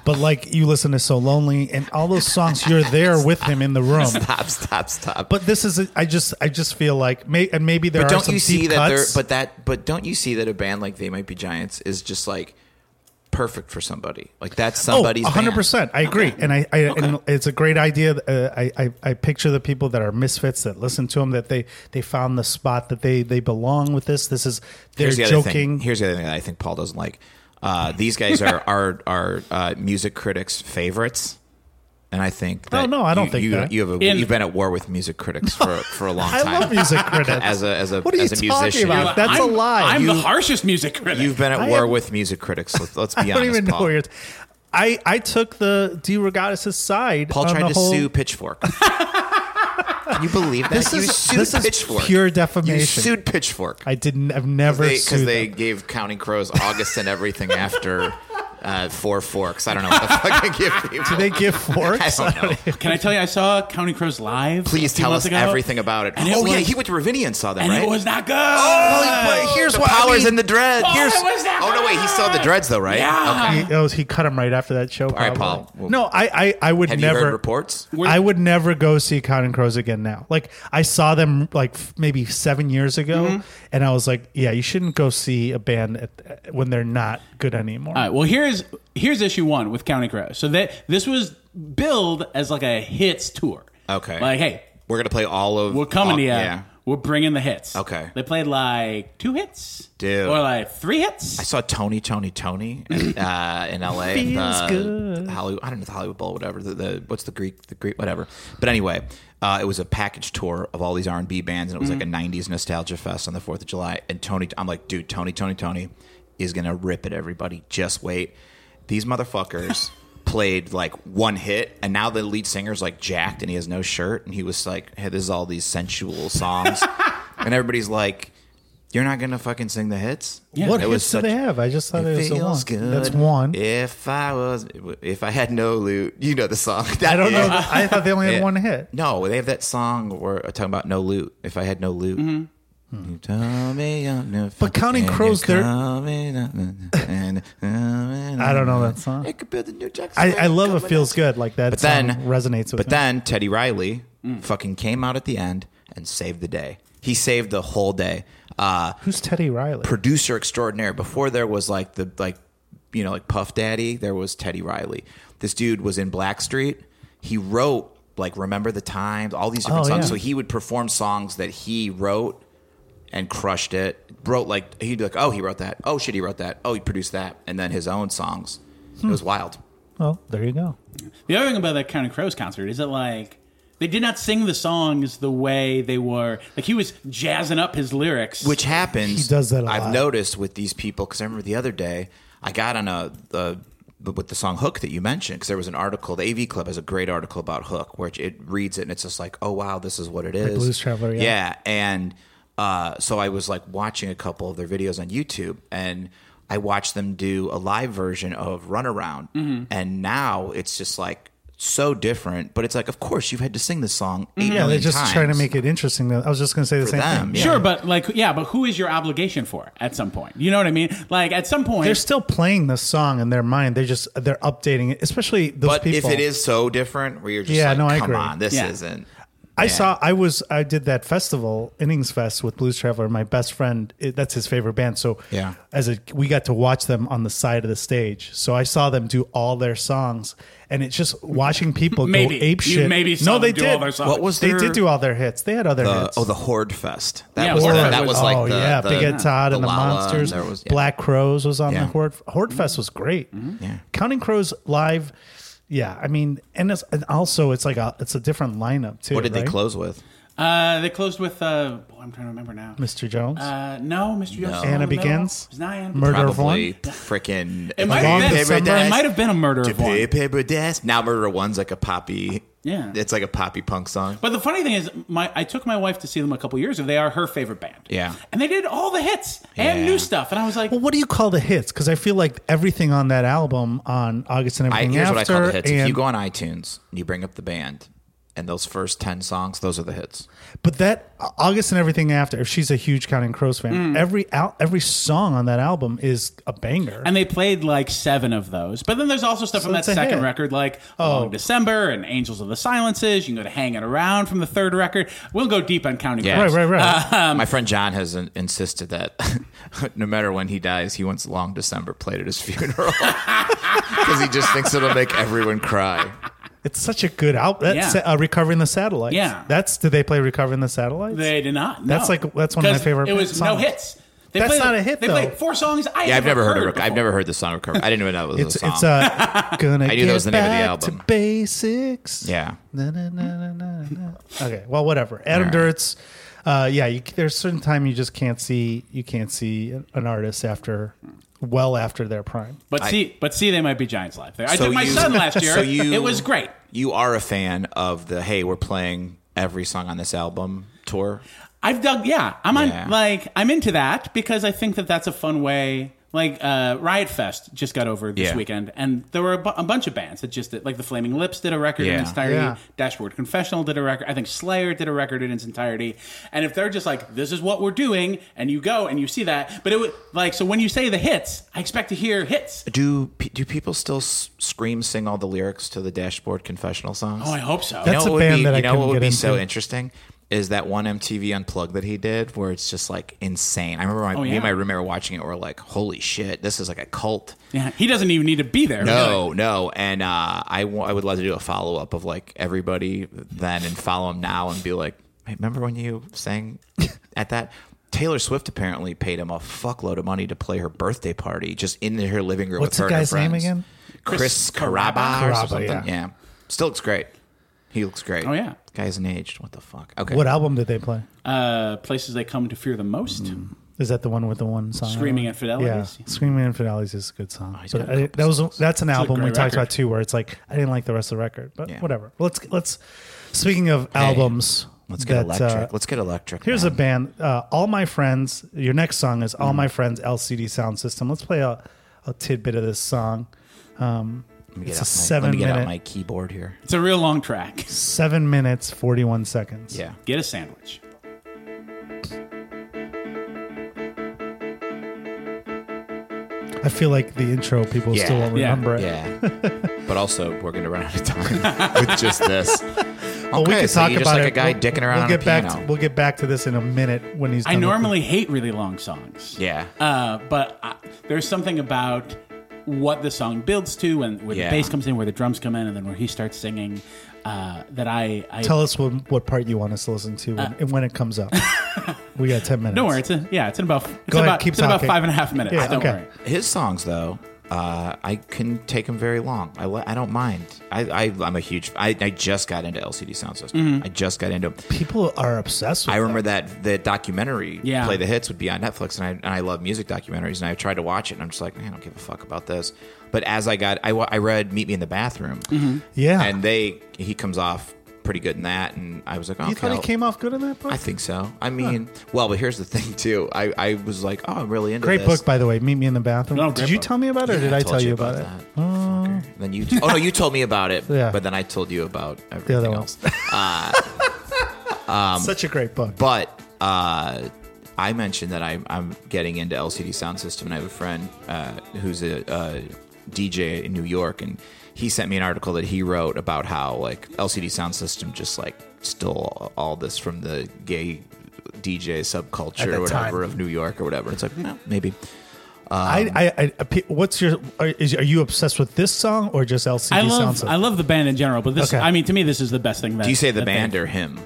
Speaker 1: but like you listen to "So Lonely" and all those songs, you're there with him in the
Speaker 2: *laughs*
Speaker 1: room.
Speaker 2: Stop, stop, stop.
Speaker 1: But this is a, I just I just feel like may, and maybe there
Speaker 2: but
Speaker 1: are
Speaker 2: don't
Speaker 1: some
Speaker 2: you see
Speaker 1: deep
Speaker 2: that they're
Speaker 1: cuts.
Speaker 2: but that but don't you see that a band like they might be giants is just like perfect for somebody like that's somebody's
Speaker 1: Oh, 100%.
Speaker 2: band.
Speaker 1: I agree. And I, I and it's a great idea. Uh, I, I, I picture the people that are misfits that listen to them, that they, they found the spot that they, they belong with this. This is, they're
Speaker 2: Here's the other
Speaker 1: joking.
Speaker 2: thing. Here's the other thing that I think Paul doesn't like. Uh, these guys are
Speaker 1: *laughs*
Speaker 2: are are uh, music critics' favorites, and I think. That
Speaker 1: Oh, no, I don't
Speaker 2: you,
Speaker 1: think
Speaker 2: you,
Speaker 1: that.
Speaker 2: you have a,
Speaker 3: In-
Speaker 2: you've been at war with music critics for for a long
Speaker 1: *laughs* I
Speaker 2: time.
Speaker 1: love
Speaker 2: *laughs*
Speaker 1: music critics.
Speaker 2: as a as a
Speaker 1: What are
Speaker 2: as
Speaker 1: you
Speaker 2: a
Speaker 1: talking
Speaker 2: musician.
Speaker 1: about?
Speaker 2: You've-
Speaker 1: That's a
Speaker 3: I'm-
Speaker 1: lie.
Speaker 3: I'm the
Speaker 2: You-
Speaker 3: harshest music critic.
Speaker 2: You've been at
Speaker 1: I
Speaker 2: war
Speaker 1: am-
Speaker 2: with music critics. Let's,
Speaker 1: *laughs*
Speaker 2: let's be
Speaker 1: I
Speaker 2: honest.
Speaker 1: don't even
Speaker 2: Paul.
Speaker 1: know where you're. T- I, I took the D. Rogatis' side.
Speaker 2: Paul
Speaker 1: on
Speaker 2: tried
Speaker 1: the
Speaker 2: to
Speaker 1: whole,
Speaker 2: sue Pitchfork.
Speaker 1: *laughs*
Speaker 2: Can you believe that?
Speaker 1: This
Speaker 2: you
Speaker 1: is
Speaker 2: sued
Speaker 1: this is
Speaker 2: Pitchfork.
Speaker 1: pure
Speaker 2: you
Speaker 1: defamation.
Speaker 2: sued Pitchfork.
Speaker 1: I didn't. I've never
Speaker 2: because
Speaker 1: sued.
Speaker 2: they,
Speaker 1: them.
Speaker 2: gave Counting Crows August and
Speaker 3: *laughs*
Speaker 2: everything after uh, Four Forks. I don't know what the fuck *laughs* I
Speaker 3: *laughs*
Speaker 2: give people.
Speaker 1: Do they give forks?
Speaker 2: I don't know.
Speaker 3: Can I tell you, I saw County Crows live.
Speaker 2: Please
Speaker 3: a few
Speaker 2: tell
Speaker 3: months
Speaker 2: us
Speaker 3: ago,
Speaker 2: everything about it.
Speaker 3: And it
Speaker 2: oh yeah,
Speaker 3: was-
Speaker 2: he went to Ravinia and saw them,
Speaker 3: and
Speaker 2: right? Oh!
Speaker 3: it was not Oh, good.
Speaker 2: Wait, here's the
Speaker 1: what I
Speaker 2: powers
Speaker 1: mean.
Speaker 2: and the dread.
Speaker 3: Oh,
Speaker 2: here's,
Speaker 3: it was not
Speaker 2: oh no, wait, he saw the dreads though, right?
Speaker 3: Yeah.
Speaker 2: Okay.
Speaker 1: He, oh, he cut him right after that show. All
Speaker 2: right, Paul. Well,
Speaker 1: no, I, I, I would
Speaker 2: Have
Speaker 1: never.
Speaker 2: you heard reports?
Speaker 1: I would never go see Counting Crows again now. Like I saw them like f- maybe seven years ago,
Speaker 2: Mm-hmm.
Speaker 1: and I was like, yeah, you shouldn't go see a band at, when they're not good anymore.
Speaker 3: All right. Well, here's here's issue one with County Crows. So that this was billed as like a hits tour.
Speaker 2: Okay.
Speaker 3: Like, hey,
Speaker 2: We're gonna play all of.
Speaker 3: we're coming
Speaker 2: all-
Speaker 3: to you.
Speaker 2: Yeah.
Speaker 3: were bringing the hits.
Speaker 2: Okay.
Speaker 3: They played like two hits,
Speaker 2: Dude.
Speaker 3: or like three hits.
Speaker 2: I saw Tony, Tony, Tony uh,
Speaker 1: *clears throat*
Speaker 2: in L.A. at the Hollywood. I don't know the Hollywood Bowl, whatever. The, the what's the Greek, the Greek, whatever. But anyway, uh, it was a package tour of all these R and B bands, and it was
Speaker 1: Mm-hmm.
Speaker 2: like a '90s nostalgia fest on the Fourth of July. And Tony, I'm like, dude, Tony, Tony, Tony is gonna rip it. Everybody, just wait. These
Speaker 1: *laughs*
Speaker 2: motherfuckers played like one hit, and now the lead singer's like jacked, and he has no shirt, and he was like, hey, this is all these sensual songs,
Speaker 1: *laughs*
Speaker 2: and everybody's like. You're not gonna fucking sing the hits.
Speaker 1: What
Speaker 2: It was
Speaker 1: hits do
Speaker 2: such-
Speaker 1: they have? I just thought it, was the one.
Speaker 2: Feels good.
Speaker 1: That's one.
Speaker 2: If I was, if I had no loot, you know the song.
Speaker 1: I don't know.
Speaker 2: Yeah.
Speaker 1: that- I thought they only had
Speaker 2: Yeah.
Speaker 1: one hit.
Speaker 2: *laughs* No, they have that song where uh, talking about no loot. If I had no loot. You tell me I'm no
Speaker 1: But Counting Crows, they're-
Speaker 2: I
Speaker 1: I don't know that song.
Speaker 2: It could build a new Jackson.
Speaker 1: I, I love it. Feels good like that.
Speaker 2: But then
Speaker 1: song resonates with.
Speaker 2: But
Speaker 1: me.
Speaker 2: then Teddy Riley fucking came out at the end and saved the day. He saved the whole day. Uh,
Speaker 1: who's Teddy Riley?
Speaker 2: producer extraordinaire. Before there was like the like you know like Puff Daddy, there was Teddy Riley. This dude was in Blackstreet. He wrote like Remember the Times, all these different
Speaker 1: Oh,
Speaker 2: songs.
Speaker 1: yeah.
Speaker 2: So he would perform songs that he wrote and crushed it. Wrote like he'd be like, oh, he wrote that. Oh shit, he wrote that. Oh, he produced that, and then his own songs. It
Speaker 1: Hmm.
Speaker 2: was wild.
Speaker 1: well, there you go.
Speaker 3: The other thing about that Counting Crows concert is that like they did not sing the songs the way they were. Like he was jazzing up his lyrics,
Speaker 2: which happens.
Speaker 1: He does that a
Speaker 2: I've
Speaker 1: lot.
Speaker 2: noticed with these people because I remember the other day I got on a, a with the song Hook that you mentioned because there was an article. The AV Club has a great article about Hook where it, it reads it and it's just like, oh wow, this is what it is.
Speaker 1: Blues Traveler, yeah.
Speaker 2: and uh, so I was like watching a couple of their videos on YouTube and. I watched them do a live version of Runaround, and now it's just like so different. But it's like, of course, you've had to sing this song. eight
Speaker 1: Yeah, they're
Speaker 2: million
Speaker 1: just
Speaker 2: times
Speaker 1: trying to make it interesting. though. I was just going to say the
Speaker 2: for
Speaker 1: same
Speaker 2: them.
Speaker 1: thing.
Speaker 2: yeah.
Speaker 3: Sure, but like, yeah, but who is your obligation for at some point? You know what I mean? Like, at some point,
Speaker 1: They're still playing the song in their mind. They're just they're updating it, especially those
Speaker 2: But
Speaker 1: people.
Speaker 2: if it is so different, where you're just
Speaker 1: Yeah,
Speaker 2: like,
Speaker 1: no, I
Speaker 2: come
Speaker 1: agree.
Speaker 2: on, this
Speaker 3: Yeah.
Speaker 2: isn't.
Speaker 1: I saw. I was. I did that festival, Innings Fest, with Blues Traveler. My best friend. it- That's his favorite band. So
Speaker 2: Yeah.
Speaker 1: as a we got to watch them on the side of the stage. So I saw them do all their songs, and it's just watching people
Speaker 3: maybe
Speaker 1: go ape
Speaker 3: You
Speaker 1: shit.
Speaker 3: maybe
Speaker 1: no,
Speaker 3: saw them
Speaker 1: they
Speaker 3: do
Speaker 1: did.
Speaker 3: All their songs.
Speaker 2: What was
Speaker 1: they
Speaker 2: their-
Speaker 1: did do all their hits. They had other
Speaker 2: Uh,
Speaker 1: hits.
Speaker 2: oh, the Horde Fest. That
Speaker 3: Yeah,
Speaker 2: was
Speaker 3: Horde
Speaker 2: that,
Speaker 3: Fest.
Speaker 2: that was like
Speaker 1: oh
Speaker 2: the,
Speaker 1: yeah,
Speaker 2: the
Speaker 1: Big Ed Todd and the,
Speaker 2: Lala, and
Speaker 1: Monsters.
Speaker 2: there was- yeah.
Speaker 1: Black Crows was on
Speaker 2: Yeah. Mm-hmm.
Speaker 1: the Horde Horde Fest was great. Mm-hmm.
Speaker 2: Yeah.
Speaker 1: Counting Crows live. Yeah, I mean, and, it's, and also it's like a it's a different lineup too.
Speaker 2: What did
Speaker 1: right?
Speaker 2: they close with?
Speaker 3: Uh, they closed with. Uh, boy, I'm trying to remember now.
Speaker 1: Mr. Jones.
Speaker 3: Uh, no, Mr. Jones.
Speaker 2: No.
Speaker 3: Song in
Speaker 1: Anna
Speaker 3: the Middle.
Speaker 1: Begins?
Speaker 3: It was not Anna
Speaker 1: Murder-
Speaker 3: Begins.
Speaker 1: of
Speaker 2: Probably
Speaker 1: One?
Speaker 2: freaking.
Speaker 3: It might, have
Speaker 1: Long
Speaker 3: been,
Speaker 1: Paper
Speaker 3: it might have been a murder of one.
Speaker 2: Paper Desk. Now Murder of One's like a poppy.
Speaker 3: Yeah.
Speaker 2: it's like a poppy punk song.
Speaker 3: But the funny thing is, my I took my wife to see them a couple years ago. They are her favorite band.
Speaker 2: Yeah.
Speaker 3: and they did all the hits and
Speaker 2: Yeah.
Speaker 3: new stuff. And I was like,
Speaker 1: Well, what do you call the hits? Because I feel like everything on that album on August and
Speaker 2: I,
Speaker 1: everything
Speaker 2: here's what I
Speaker 1: after.
Speaker 2: call the hits.
Speaker 1: And,
Speaker 2: If you go on iTunes, and you bring up the band, and those first ten songs, those are the hits.
Speaker 1: but that August and everything after. If she's a huge Counting Crows
Speaker 3: Mm.
Speaker 1: fan, every al- every song on that album is a banger.
Speaker 3: and they played like seven of those. But then there's also stuff from that
Speaker 1: it's a
Speaker 3: second
Speaker 1: hit. Oh.
Speaker 3: record, like Long December and Angels of the Silences. You can go to Hanging Around from the third record. We'll go deep on counting.
Speaker 2: Yeah.
Speaker 1: right, right, right.
Speaker 3: uh,
Speaker 2: My friend John has in- insisted that *laughs* no matter when he dies, he wants Long December played at his funeral *laughs* because he just thinks it'll make everyone cry.
Speaker 1: it's such a good album. That's
Speaker 3: Yeah.
Speaker 1: uh, recovering the satellites.
Speaker 3: Yeah.
Speaker 1: that's did they play recovering the satellites?
Speaker 3: They did not.
Speaker 1: That's
Speaker 3: no.
Speaker 1: like- that's one of my
Speaker 3: 'Cause
Speaker 1: favorite
Speaker 3: It was no
Speaker 1: songs.
Speaker 3: hits. They
Speaker 1: That's
Speaker 3: played,
Speaker 1: not a hit,
Speaker 3: They
Speaker 1: though.
Speaker 3: played four songs. I
Speaker 2: Yeah, I've
Speaker 3: had
Speaker 2: never heard of.
Speaker 3: before.
Speaker 2: I've never heard the song "Recover." I didn't even know it was
Speaker 1: it's
Speaker 2: a song.
Speaker 1: it's
Speaker 3: *laughs*
Speaker 1: uh, gonna
Speaker 2: I knew that
Speaker 1: get
Speaker 2: was the name
Speaker 1: back
Speaker 2: of the
Speaker 1: to
Speaker 2: album.
Speaker 1: basics.
Speaker 2: yeah,
Speaker 1: Na, na, na, na, na, na. Okay. Well, whatever. Adam
Speaker 2: All right.
Speaker 1: Duritz. Uh, yeah, you, there's certain time you just can't see you can't see an artist after well after their prime.
Speaker 3: But
Speaker 2: I-
Speaker 3: see, but see, they might be Giants live. There, I
Speaker 2: So
Speaker 3: took my
Speaker 2: you-
Speaker 1: *laughs*
Speaker 3: son last year.
Speaker 2: so you-
Speaker 3: it was great.
Speaker 1: uh,
Speaker 2: you are a fan of the "Hey, we're playing every song on this album" tour.
Speaker 3: I've dug. Yeah, I'm on.
Speaker 2: Yeah.
Speaker 3: Like, I'm into that because I think that that's a fun way. Like, uh, Riot Fest just got over this
Speaker 2: Yeah.
Speaker 3: weekend, and there were a, bu- a bunch of bands that just did. Like, the Flaming Lips did a record in
Speaker 2: Yeah.
Speaker 3: its entirety.
Speaker 1: Yeah.
Speaker 3: Dashboard Confessional did a record. I think Slayer did a record in its entirety. And if they're just like, "This is what we're doing," and you go and you see that, but it would like so when you say the hits, I expect to hear hits.
Speaker 2: Do pe- do people still s- scream sing all the lyrics to the Dashboard Confessional songs?
Speaker 3: Oh, I hope so.
Speaker 1: That's
Speaker 2: you know
Speaker 1: a
Speaker 2: what would
Speaker 1: band
Speaker 2: be,
Speaker 1: that I
Speaker 2: you know
Speaker 1: couldn't
Speaker 2: what would
Speaker 1: get
Speaker 2: be so
Speaker 1: into.
Speaker 2: interesting is that one MTV Unplugged that he did, where it's just like insane. I remember my, me
Speaker 3: yeah.
Speaker 2: and my roommate were watching it. and We're like, "Holy shit, this is like a cult."
Speaker 3: yeah, he doesn't even need to be there.
Speaker 2: No, no, and uh, I wa- I would love to do a follow up of like everybody then and follow him now and be like, Hey, remember when you sang at that? Taylor Swift apparently paid him a fuckload of money to play her birthday party just in her living room
Speaker 1: What's
Speaker 2: with her
Speaker 1: the
Speaker 2: and her
Speaker 1: guy's name
Speaker 2: friends.
Speaker 1: again?
Speaker 2: Chris Caraba, or
Speaker 1: Carrabba,
Speaker 2: something.
Speaker 1: yeah.
Speaker 2: Yeah. Still looks great. He looks great.
Speaker 3: Oh, yeah.
Speaker 2: Guy's an aged. What the fuck? Okay.
Speaker 1: What album did they play?
Speaker 3: Uh, places they come to fear the most.
Speaker 1: Is that the one with the one song?
Speaker 3: Screaming Infidelities.
Speaker 1: Yeah, Screaming Infidelities is a good song.
Speaker 2: he's
Speaker 1: but
Speaker 2: got a
Speaker 1: I, that was that's an album we
Speaker 3: great
Speaker 1: talked
Speaker 3: record.
Speaker 1: about too, where it's like I didn't like the rest of the record, but
Speaker 2: Yeah.
Speaker 1: whatever. Let's let's. Speaking of albums,
Speaker 2: Let's get
Speaker 1: that, uh,
Speaker 2: electric. Let's get electric.
Speaker 1: Here's a
Speaker 2: man.
Speaker 1: band. Uh, All my friends. Your next song is
Speaker 2: Mm.
Speaker 1: All my friends. LCD Sound System. Let's play a, a tidbit of this song.
Speaker 2: Let me get
Speaker 1: it's
Speaker 2: out
Speaker 1: a
Speaker 2: my-
Speaker 1: seven
Speaker 2: Let me get
Speaker 1: minute-
Speaker 2: out my keyboard here.
Speaker 3: It's a real long track.
Speaker 1: Seven minutes forty one seconds.
Speaker 2: Yeah.
Speaker 3: Get a sandwich.
Speaker 1: I feel like the intro people
Speaker 2: Yeah.
Speaker 1: still won't
Speaker 3: Yeah.
Speaker 1: remember it.
Speaker 2: Yeah.
Speaker 1: *laughs*
Speaker 2: but also, we're going to run out of time *laughs* with just this.
Speaker 1: Well, we
Speaker 2: Okay,
Speaker 1: could
Speaker 2: so
Speaker 1: talk
Speaker 2: you're
Speaker 1: about
Speaker 2: just like
Speaker 1: it.
Speaker 2: a guy
Speaker 1: We'll-
Speaker 2: dicking around
Speaker 1: We'll
Speaker 2: on
Speaker 1: get
Speaker 2: a
Speaker 1: back.
Speaker 2: piano.
Speaker 1: To, we'll get back to this in a minute when he's.
Speaker 3: I
Speaker 1: done with
Speaker 3: normally hate really long songs.
Speaker 2: Yeah.
Speaker 3: Uh, but I, there's something about what the song builds to and where
Speaker 2: Yeah.
Speaker 3: the bass comes in, where the drums come in, and then where he starts singing uh, that I. I
Speaker 1: the- Tell us what, what part you want us to listen to when, and when it comes
Speaker 3: *laughs*
Speaker 1: up. we got ten minutes.
Speaker 3: Uh, don't worry. It's a, yeah, it's in about, it's
Speaker 1: Go ahead,
Speaker 3: about,
Speaker 1: keep
Speaker 3: it's in about
Speaker 1: talking.
Speaker 3: five and a half minutes.
Speaker 1: Yeah,
Speaker 3: don't
Speaker 1: okay.
Speaker 3: worry.
Speaker 2: His songs, though, uh, I couldn't take them very long. I, li- I don't mind. I, I, I'm a huge. I, I just got into LCD Sound System.
Speaker 1: Mm-hmm.
Speaker 2: I just got into 'em.
Speaker 1: People are obsessed with.
Speaker 2: I
Speaker 1: them.
Speaker 2: remember that the documentary
Speaker 3: Yeah.
Speaker 2: Play the Hits would be on Netflix, and I and I love music documentaries, and I tried to watch it, and I'm just like, man, I don't give a fuck about this. But as I got, I, wa- I read Meet Me in the Bathroom,
Speaker 1: Yeah.
Speaker 2: and they he comes off pretty good in that, and I was like, oh,
Speaker 1: you thought he came off good in that book?
Speaker 2: I think so. I mean, well, but here's the thing too. I, I was like, oh, I'm really into
Speaker 1: great
Speaker 2: this.
Speaker 1: book, by the way. Meet me in the bathroom.
Speaker 3: No,
Speaker 1: did
Speaker 3: great
Speaker 1: you
Speaker 3: book.
Speaker 1: tell me about it, or did I,
Speaker 2: told
Speaker 1: tell you about, it?
Speaker 2: that. Fucker. Then you. oh no, you told me about it.
Speaker 1: *laughs* Yeah.
Speaker 2: But then I told you about
Speaker 1: The
Speaker 2: everything
Speaker 1: other
Speaker 2: else.
Speaker 1: ones.
Speaker 2: *laughs* Uh, um,
Speaker 1: Such a great book.
Speaker 2: But uh, I mentioned that I, I'm getting into LCD sound system, and I have a friend uh, who's a, uh DJ in New York, and he sent me an article that he wrote about how like LCD sound system just like stole all this from the gay DJ
Speaker 1: At
Speaker 2: subculture
Speaker 1: that
Speaker 2: or whatever
Speaker 1: time.
Speaker 2: of New York or whatever. It's like well, maybe. um,
Speaker 1: I, I, I, I, pe- what's your? Are, is, are you obsessed with this song or just LCD
Speaker 3: I
Speaker 1: Sound
Speaker 3: love
Speaker 1: System?
Speaker 3: I love the band in general, but this
Speaker 1: Okay.
Speaker 3: I mean to me this is the best thing. That,
Speaker 2: Do you say the
Speaker 3: that they-
Speaker 2: band or him?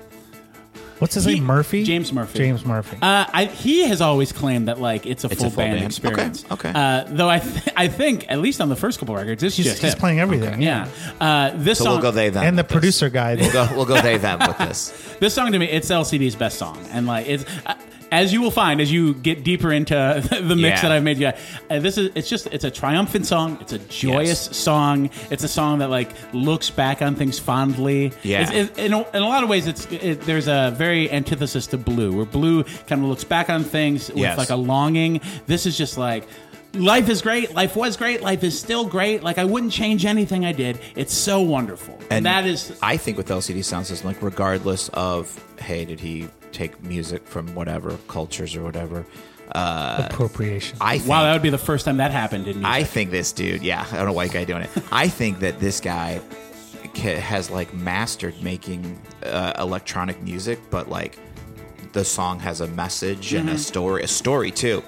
Speaker 1: What's his
Speaker 3: He-
Speaker 1: name? Murphy.
Speaker 3: James Murphy.
Speaker 1: James Murphy.
Speaker 3: Uh, I, he has always claimed that like it's a, full,
Speaker 2: a full
Speaker 3: band,
Speaker 2: band.
Speaker 3: experience.
Speaker 2: Okay, okay.
Speaker 3: Uh, though I th- I think at least on the first couple records it's
Speaker 1: he's,
Speaker 3: just
Speaker 1: he's
Speaker 3: him.
Speaker 1: playing everything.
Speaker 3: Yeah. Uh, this
Speaker 2: So
Speaker 3: song
Speaker 2: we'll go they them.
Speaker 1: And the
Speaker 2: with this.
Speaker 1: producer
Speaker 2: *laughs*
Speaker 1: guy.
Speaker 2: We'll go, we'll go they them with this.
Speaker 3: this song to me it's LCD's best song and like it's uh, as you will find as you get deeper into *laughs* the mix
Speaker 2: Yeah.
Speaker 3: that I've made you uh, this is it's just it's a triumphant song it's a joyous song it's a song that like looks back on things fondly
Speaker 2: Yeah.
Speaker 3: It's- it- in, a, in a lot of ways it's it, there's a very antithesis to blue where blue kind of looks back on things with
Speaker 2: Yes.
Speaker 3: like a longing this is just like life is great life was great life is still great like I wouldn't change anything I did it's so wonderful and that is
Speaker 2: I think with LCD sound system, like regardless of hey, did he take music from whatever cultures or whatever? uh,
Speaker 1: Appropriation.
Speaker 2: I think,
Speaker 3: Wow, that would be the first time that happened in music.
Speaker 2: I think this dude, yeah, I don't know white guy doing it. I think that this guy ca- has like mastered making uh, electronic music, but like the song has a message and
Speaker 3: Mm-hmm.
Speaker 2: a story, a story too.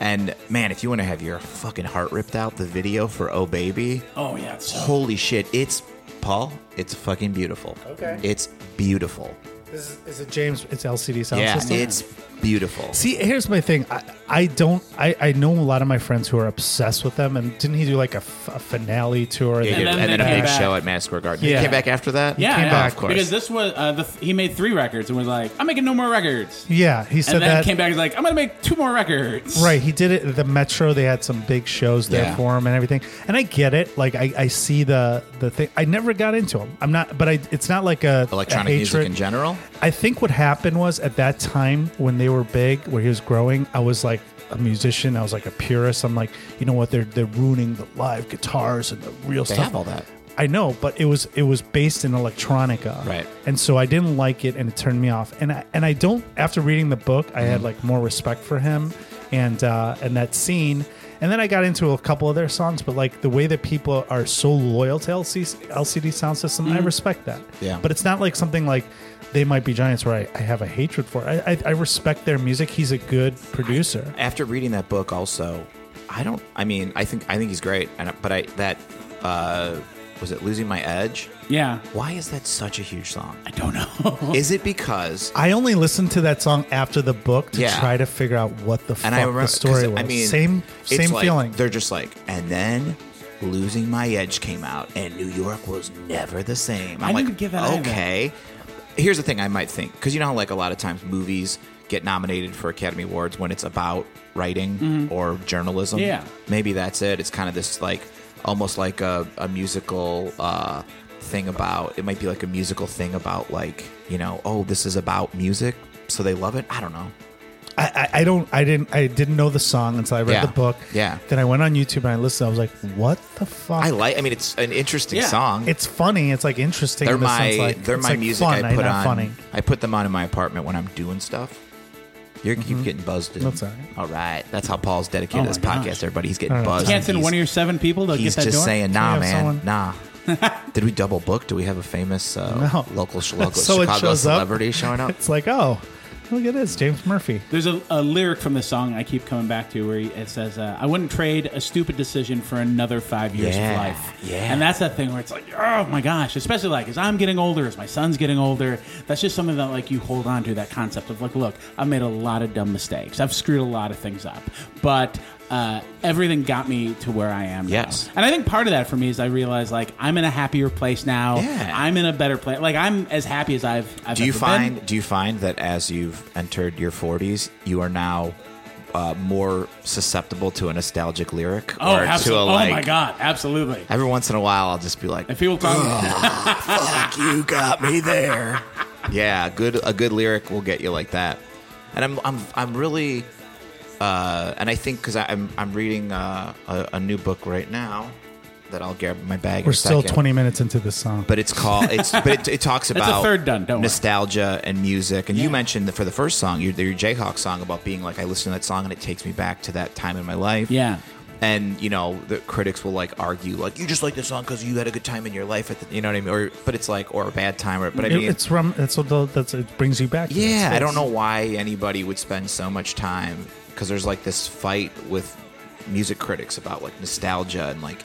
Speaker 2: And man, if you want to have your fucking heart ripped out, the video for "Oh Baby,"
Speaker 3: Oh yeah, it's so
Speaker 2: holy shit, it's Paul, it's fucking beautiful.
Speaker 1: Okay.
Speaker 2: it's beautiful.
Speaker 1: This is, is it James? It's LCD Sound
Speaker 2: yeah,
Speaker 1: System.
Speaker 2: it's beautiful.
Speaker 1: See, here's my thing. I, I don't. I, I know a lot of my friends who are obsessed with them. And didn't he do like a, f- a finale tour?
Speaker 2: Yeah,
Speaker 1: that-
Speaker 2: and,
Speaker 3: then
Speaker 2: then,
Speaker 3: they
Speaker 2: a
Speaker 3: came
Speaker 2: big
Speaker 3: back.
Speaker 2: show at Madison Square Garden.
Speaker 1: Yeah.
Speaker 2: He came back after that.
Speaker 3: yeah,
Speaker 1: came
Speaker 3: yeah.
Speaker 1: back,
Speaker 2: of course.
Speaker 3: because this was uh, the he made three records and was like, I'm making no more records,
Speaker 1: yeah, he
Speaker 3: and
Speaker 1: said
Speaker 3: then
Speaker 1: that.
Speaker 3: came back and was like, I'm gonna make two more records.
Speaker 1: Right, he did it at the Metro. They had some big shows there
Speaker 2: Yeah.
Speaker 1: for him and everything. And I get it. Like I, I see the the thing. I never got into him. I'm not, but I. It's not like a
Speaker 2: Electronic
Speaker 1: a
Speaker 2: music in
Speaker 1: hatred.
Speaker 2: general.
Speaker 1: I think what happened was at that time when they were big, where he was growing, I was like a musician. I was like a purist. I'm like, you know what? They're they're ruining the live guitars and the real
Speaker 2: They
Speaker 1: stuff.
Speaker 2: have all that.
Speaker 1: I know, but it was it was based in electronica,
Speaker 2: Right.
Speaker 1: And so I didn't like it, and it turned me off. And I and I don't. After reading the book, I
Speaker 2: Mm.
Speaker 1: had like more respect for him, and uh, and that scene. And then I got into a couple of their songs, but like the way that people are so loyal to LC, LCD Sound System, I respect that.
Speaker 2: Mm. Yeah.
Speaker 1: But it's not like something like they might be giants where I, I have a hatred for. it. I, I I respect their music. He's a good producer.
Speaker 2: After reading that book, also, I don't. I mean, I think I think he's great, and but I that uh, was it Losing My Edge?
Speaker 3: Yeah.
Speaker 2: Why is that such a huge song?
Speaker 3: I don't know.
Speaker 2: Is it because
Speaker 1: I only listened to that song after the book to
Speaker 2: Yeah.
Speaker 1: try to figure out what the fuck
Speaker 2: and I remember
Speaker 1: the
Speaker 2: 'cause,
Speaker 1: story was.
Speaker 2: I mean,
Speaker 1: same
Speaker 2: it's
Speaker 1: same
Speaker 2: like,
Speaker 1: feeling.
Speaker 2: They're just like, and then losing my edge came out, and New York was never the same. I'm
Speaker 3: I
Speaker 2: like,
Speaker 3: didn't give that either.
Speaker 2: okay. Here's the thing I might think because you know, how, like a lot of times movies get nominated for Academy Awards when it's about writing or journalism.
Speaker 3: Mm-hmm. Yeah.
Speaker 2: maybe that's it. It's kind of this like almost like a, a musical. Uh, thing about it might be like a musical thing about like you know oh this is about music so they love it i don't know
Speaker 1: I, I, I don't I didn't I didn't know the song until I read
Speaker 2: Yeah.
Speaker 1: the book.
Speaker 2: Yeah.
Speaker 1: Then I went on YouTube and I listened. I was like, what the fuck?
Speaker 2: I like. I mean, it's an interesting
Speaker 3: Yeah.
Speaker 2: song.
Speaker 1: it's funny. It's like interesting.
Speaker 2: they're
Speaker 1: in the
Speaker 2: my
Speaker 1: sense, like,
Speaker 2: they're
Speaker 1: it's
Speaker 2: my
Speaker 1: like
Speaker 2: music.
Speaker 1: fun,
Speaker 2: I put
Speaker 1: not
Speaker 2: on.
Speaker 1: funny. *laughs*
Speaker 2: I put them on in my apartment when I'm doing stuff. You keep getting buzzed. in.
Speaker 1: Mm-hmm. That's all right.
Speaker 2: All right. That's how Paul's dedicated
Speaker 3: Oh
Speaker 2: to this
Speaker 3: my
Speaker 2: podcast.
Speaker 3: gosh.
Speaker 2: Everybody, he's getting
Speaker 1: right.
Speaker 2: buzzed.
Speaker 3: Can't send
Speaker 2: He's-
Speaker 3: one of your seven people to
Speaker 2: He's
Speaker 3: get that
Speaker 2: just
Speaker 3: door.
Speaker 2: saying,
Speaker 1: we
Speaker 2: nah,
Speaker 1: have
Speaker 2: man,
Speaker 1: someone-
Speaker 3: *laughs*
Speaker 2: nah. Did we double book? Do we have a famous uh,
Speaker 1: No.
Speaker 2: local, sh- local
Speaker 1: Oh. So it
Speaker 2: Chicago
Speaker 1: shows up.
Speaker 2: celebrity showing up?
Speaker 1: It's like, oh, look at this, James Murphy.
Speaker 3: There's a, a lyric from the song I keep coming back to where he- it says, uh, "I wouldn't trade a stupid decision for another five years
Speaker 2: Yeah,
Speaker 3: of life."
Speaker 2: yeah.
Speaker 3: and that's that thing where it's like, "Oh my gosh!" Especially like as I'm getting older, as my son's getting older, that's just something that like you hold on to that concept of like, "Look, I've made a lot of dumb mistakes. I've screwed a lot of things up, but uh, everything got me to where I am." now."
Speaker 2: Yes.
Speaker 3: and I think part of that for me is I realize like I'm in a happier place now.
Speaker 2: Yeah.
Speaker 3: I'm in a better place. Like I'm as happy as I've. I've
Speaker 2: Do you
Speaker 3: ever
Speaker 2: find
Speaker 3: been.
Speaker 2: do you find that as you've entered your 40s, you are now uh, more susceptible to a nostalgic lyric?
Speaker 3: Oh,
Speaker 2: or to a,
Speaker 3: absolutely!
Speaker 2: like,
Speaker 3: oh my god, absolutely.
Speaker 2: Every once in a while, I'll just be like,
Speaker 3: If people talk,
Speaker 2: "Fuck, you got me there." yeah, good. A good lyric will get you like that. And I'm, I'm, I'm really, uh, and I think because I'm, I'm reading uh, a, a new book right now that I'll grab my bag. in
Speaker 1: We're
Speaker 2: a
Speaker 1: still
Speaker 2: second.
Speaker 1: twenty minutes into this song.
Speaker 2: But it's called. It's but it, it talks
Speaker 3: a
Speaker 2: about
Speaker 3: third done, don't worry.
Speaker 2: nostalgia and music. And you
Speaker 3: Yeah.
Speaker 2: mentioned that for the first song, your, your Jayhawk song about being like, I listen to that song and it takes me back to that time in my life.
Speaker 3: Yeah.
Speaker 2: And you know the critics will like argue like you just like this song because you had a good time in your life at the, you know what I mean or but it's like or a bad time or but I
Speaker 1: It-
Speaker 2: mean
Speaker 1: it's rum. That's what the, that's it brings you back. to that
Speaker 2: yeah, I
Speaker 1: space.
Speaker 2: don't know why anybody would spend so much time because there's like this fight with music critics about like nostalgia and like,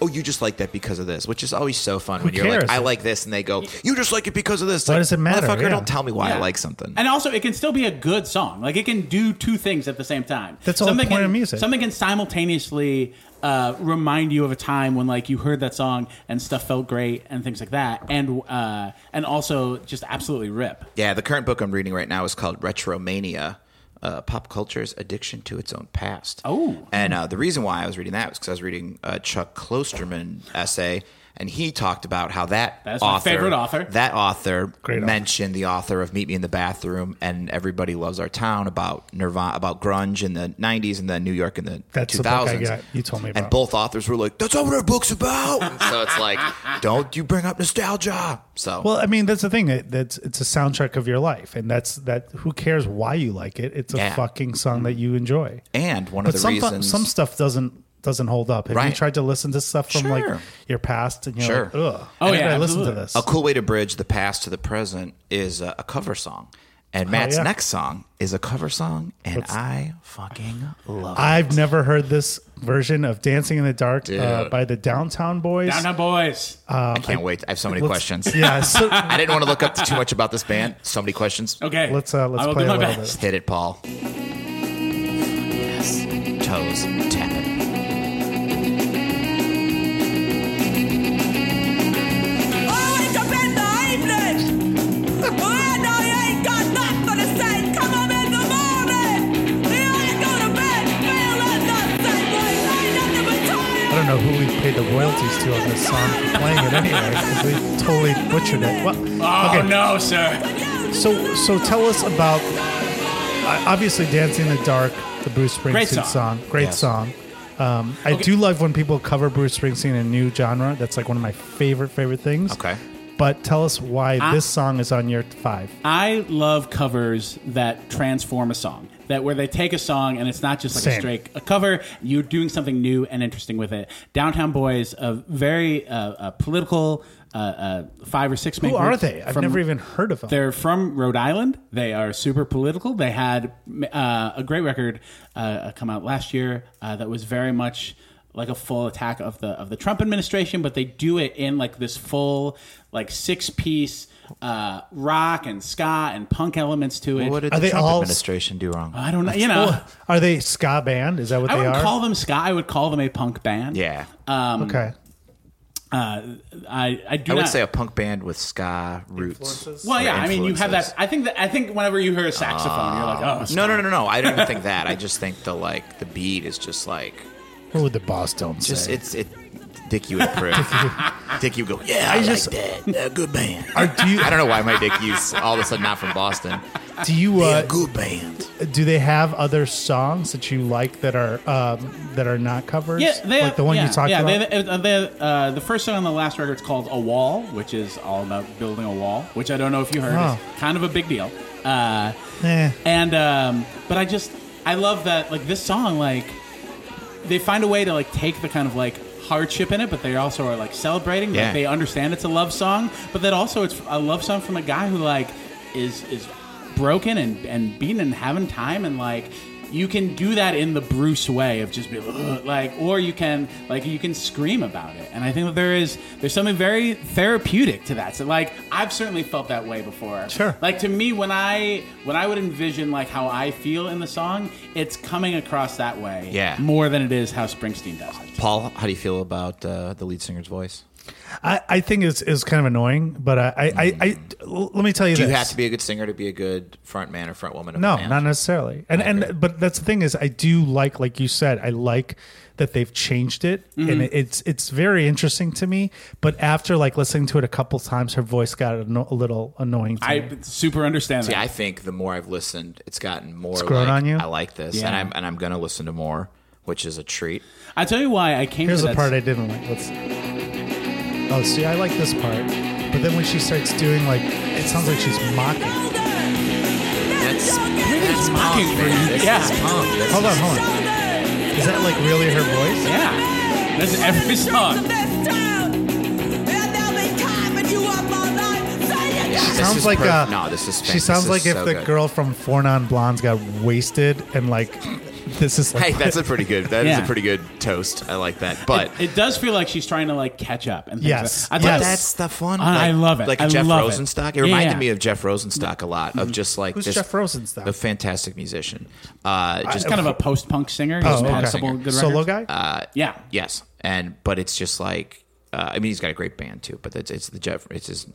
Speaker 2: oh, you just like that because of this, which is always so fun when you're
Speaker 1: cares?
Speaker 2: like, I like this, and they go, you just like it because of this.
Speaker 1: Why
Speaker 2: Like,
Speaker 1: does it matter?
Speaker 2: Motherfucker,
Speaker 1: Yeah.
Speaker 2: don't tell me why I
Speaker 3: Yeah.
Speaker 2: like something.
Speaker 3: and also it can still be a good song. Like it can do two things at the same time.
Speaker 1: That's the whole point
Speaker 3: can,
Speaker 1: of music.
Speaker 3: Something can simultaneously uh, remind you of a time when like you heard that song and stuff felt great and things like that, and uh, and also just absolutely rip.
Speaker 2: Yeah, the current book I'm reading right now is called Retromania. Uh, pop culture's addiction to its own past.
Speaker 3: Oh.
Speaker 2: and uh, the reason why I was reading that was because I was reading uh, Chuck Klosterman essay, and he talked about how that
Speaker 3: That's my
Speaker 2: author,
Speaker 3: favorite author.
Speaker 2: that author
Speaker 1: Great author.
Speaker 2: mentioned the author of Meet Me in the Bathroom and Everybody Loves Our Town about Nirvana, about grunge in the '90s, and then New York in the
Speaker 1: That's
Speaker 2: 2000s.
Speaker 1: the book I got. You told me
Speaker 2: and
Speaker 1: about.
Speaker 2: both authors were like, "That's not what our book's about." *laughs* so it's like, don't you bring up nostalgia? So
Speaker 1: Well, I mean, that's the thing. It, that's it's a soundtrack of your life, and that's that. Who cares why you like it? It's a
Speaker 2: Yeah.
Speaker 1: fucking song that you enjoy.
Speaker 2: and one of
Speaker 1: But
Speaker 2: the
Speaker 1: some
Speaker 2: reasons
Speaker 1: some stuff doesn't doesn't hold up. Have you
Speaker 2: Right.
Speaker 1: tried to listen to stuff from
Speaker 2: Sure.
Speaker 1: like your past and you're
Speaker 2: Sure.
Speaker 1: like, ugh?
Speaker 3: Oh,
Speaker 1: I
Speaker 3: yeah,
Speaker 1: listen to
Speaker 3: absolutely.
Speaker 1: this.
Speaker 2: A cool way to bridge the past to the present is a, a cover song. And Matt's
Speaker 1: Oh, yeah.
Speaker 2: next song is a cover song, and I fucking love it.
Speaker 1: I've never heard this version of "Dancing in the Dark" uh,
Speaker 2: Dude.
Speaker 1: by the Downtown Boys.
Speaker 3: Down on boys.
Speaker 1: Uh,
Speaker 2: I can't wait. I have so many
Speaker 1: Um, Let's-
Speaker 2: questions.
Speaker 1: Yeah, so,
Speaker 2: I didn't want to look up too much about this band. So many questions.
Speaker 3: okay,
Speaker 1: let's, uh, let's
Speaker 3: I will
Speaker 1: play
Speaker 3: do
Speaker 1: a
Speaker 3: my
Speaker 1: little
Speaker 3: best.
Speaker 2: Hit it, Paul. Yes. Toes tapping.
Speaker 6: Oh, it's a bit naively. Oh, no, you ain't got nothing to say. Come up in the morning. You ain't go to bed feeling nothing. You ain't nothing but
Speaker 1: I
Speaker 6: tired.
Speaker 1: don't know who we paid the royalties to on this song playing it anyway. 'cause We totally butchered it. Well,
Speaker 3: Oh
Speaker 1: okay,
Speaker 3: no, sir.
Speaker 1: So, so tell us about uh, obviously "Dancing in the Dark," the Bruce Springsteen
Speaker 3: Great
Speaker 1: song.
Speaker 3: song.
Speaker 1: Great
Speaker 2: Yes.
Speaker 1: song. Um, I do love when people cover Bruce Springsteen in a new genre. That's like one of my favorite favorite things.
Speaker 2: Okay.
Speaker 1: But tell us why this song is on your five.
Speaker 3: I love covers that transform a song. That where they take a song and it's not just like
Speaker 1: Same.
Speaker 3: a straight a cover. You're doing something new and interesting with it. Downtown Boys, a very uh, uh, political uh, uh, five or six.
Speaker 1: Who are they? I've never even heard of them.
Speaker 3: They're from Rhode Island. They are super political. They had uh, a great record uh, come out last year uh, that was very much like a full attack of the of the Trump administration, but they do it in like this full like six piece uh, rock and ska and punk elements to it.
Speaker 2: What did
Speaker 1: Are
Speaker 2: the
Speaker 1: they
Speaker 2: Trump
Speaker 1: all-
Speaker 2: administration do wrong?
Speaker 3: I don't know, you know.
Speaker 1: Well, are they ska band? Is that what
Speaker 3: I
Speaker 1: they
Speaker 3: wouldn't
Speaker 1: are?
Speaker 3: call them ska. I would call them a punk band.
Speaker 2: yeah.
Speaker 3: Uh,
Speaker 1: okay.
Speaker 3: I, I do
Speaker 2: I would
Speaker 3: not,
Speaker 2: say a punk band with ska roots.
Speaker 3: Well, yeah.
Speaker 2: or
Speaker 3: I mean, you have
Speaker 2: influences.
Speaker 3: that. I think that. I think whenever you hear a saxophone, you're like, oh, it's
Speaker 2: No, no, no, no, no. I don't even think that. I just think the like the beat is just like
Speaker 1: What would the boss don't
Speaker 2: just
Speaker 1: *laughs* say?
Speaker 2: it's it. Dick, you would approve.
Speaker 1: *laughs*
Speaker 2: Dick, you go. Yeah, I,
Speaker 1: just-
Speaker 2: like that. Yeah, good band.
Speaker 1: Are, do you
Speaker 2: I don't know why my dick use all of a sudden not from Boston.
Speaker 1: do *laughs* you
Speaker 2: Yeah,
Speaker 1: uh,
Speaker 2: good band.
Speaker 1: do they have other songs that you like that are um, that are not covers?
Speaker 3: Yeah, they,
Speaker 1: like the one
Speaker 3: yeah,
Speaker 1: you talked
Speaker 3: yeah,
Speaker 1: about.
Speaker 3: they- uh, they- uh, the first song on the last record is called "A Wall," which is all about building a wall. Which I don't know if you heard.
Speaker 1: Oh.
Speaker 3: It's kind of a big deal. Uh,
Speaker 1: Eh.
Speaker 3: and um, but I just I love that like this song like they find a way to like take the kind of like hardship in it, but they also are like celebrating.
Speaker 2: Yeah.
Speaker 3: Like, they understand it's a love song, but that also it's a love song from a guy who like is is broken and and beaten and having time and like. You can do that in the Bruce way of just being "Ugh," like, or you can like you can scream about it, and I think that there is there's something very therapeutic to that. So like, I've certainly felt that way before.
Speaker 1: Sure.
Speaker 3: Like to me, when I when I would envision like how I feel in the song, it's coming across that way
Speaker 2: Yeah.
Speaker 3: more than it is how Springsteen does it.
Speaker 2: Paul, how do you feel about uh, the lead singer's voice?
Speaker 1: I, I think it's is kind of annoying, but I I, I, I l- let me tell you
Speaker 2: Do
Speaker 1: this.
Speaker 2: you have to be a good singer to be a good front man or front woman? Of
Speaker 1: no,
Speaker 2: a band?
Speaker 1: not necessarily. And
Speaker 2: Okay.
Speaker 1: and but that's the thing is I do like like you said I like that they've changed it
Speaker 3: Mm-hmm.
Speaker 1: and it, it's it's very interesting to me. But after like listening to it a couple times, her voice got anno- a little annoying. To me.
Speaker 3: I super understand
Speaker 2: See,
Speaker 3: that.
Speaker 2: I think the more I've listened, it's gotten more. It's
Speaker 1: grown
Speaker 2: like,
Speaker 1: on you?
Speaker 2: I like this,
Speaker 3: Yeah.
Speaker 2: and I'm and I'm gonna listen to more, which is a treat.
Speaker 3: I, tell you why I came.
Speaker 1: Here's
Speaker 3: to
Speaker 1: the
Speaker 3: that
Speaker 1: part I didn't like. Let's. Oh, see, I like this part, but then when she starts doing like, it sounds like she's mocking.
Speaker 2: That's that's
Speaker 3: Everything's mocking
Speaker 2: punk,
Speaker 3: for
Speaker 2: man.
Speaker 3: you.
Speaker 2: This
Speaker 3: Yeah.
Speaker 2: is punk. This
Speaker 1: Hold
Speaker 2: is-
Speaker 1: on, hold on. Is that like really her voice?
Speaker 3: Yeah, that's every song.
Speaker 2: Yeah, this
Speaker 1: sounds
Speaker 2: is
Speaker 1: like
Speaker 2: per-
Speaker 1: uh,
Speaker 2: no, this is
Speaker 1: she
Speaker 2: spank-
Speaker 1: sounds
Speaker 2: this
Speaker 1: like
Speaker 2: is
Speaker 1: if
Speaker 2: so
Speaker 1: the
Speaker 2: good.
Speaker 1: girl from Four Non Blondes got wasted and like this is like
Speaker 2: Hey, that's a pretty good. That is
Speaker 3: Yeah.
Speaker 2: a pretty good toast. I like that. But
Speaker 3: It does feel like she's trying to like catch up and things
Speaker 1: Yes.
Speaker 3: like- I
Speaker 1: Yes.
Speaker 3: thought
Speaker 2: that's the fun.
Speaker 3: I love it.
Speaker 2: Like
Speaker 3: I
Speaker 2: a Jeff
Speaker 3: love it.
Speaker 2: Rosenstock. It,
Speaker 3: Yeah,
Speaker 2: reminded
Speaker 3: yeah. Mm-hmm.
Speaker 2: me of Jeff Rosenstock a lot. Of just like
Speaker 1: Who's
Speaker 2: this,
Speaker 1: Jeff Rosenstock?
Speaker 2: the fantastic musician. Uh, just
Speaker 3: just kind of a post punk singer.
Speaker 1: *laughs* Oh,
Speaker 3: He's
Speaker 1: okay.
Speaker 3: had a couple good
Speaker 1: solo
Speaker 3: records.
Speaker 1: guy.
Speaker 3: Yeah,
Speaker 2: Yes, and but it's just like uh, I mean he's got a great band too, but it's, it's the Jeff. It's his,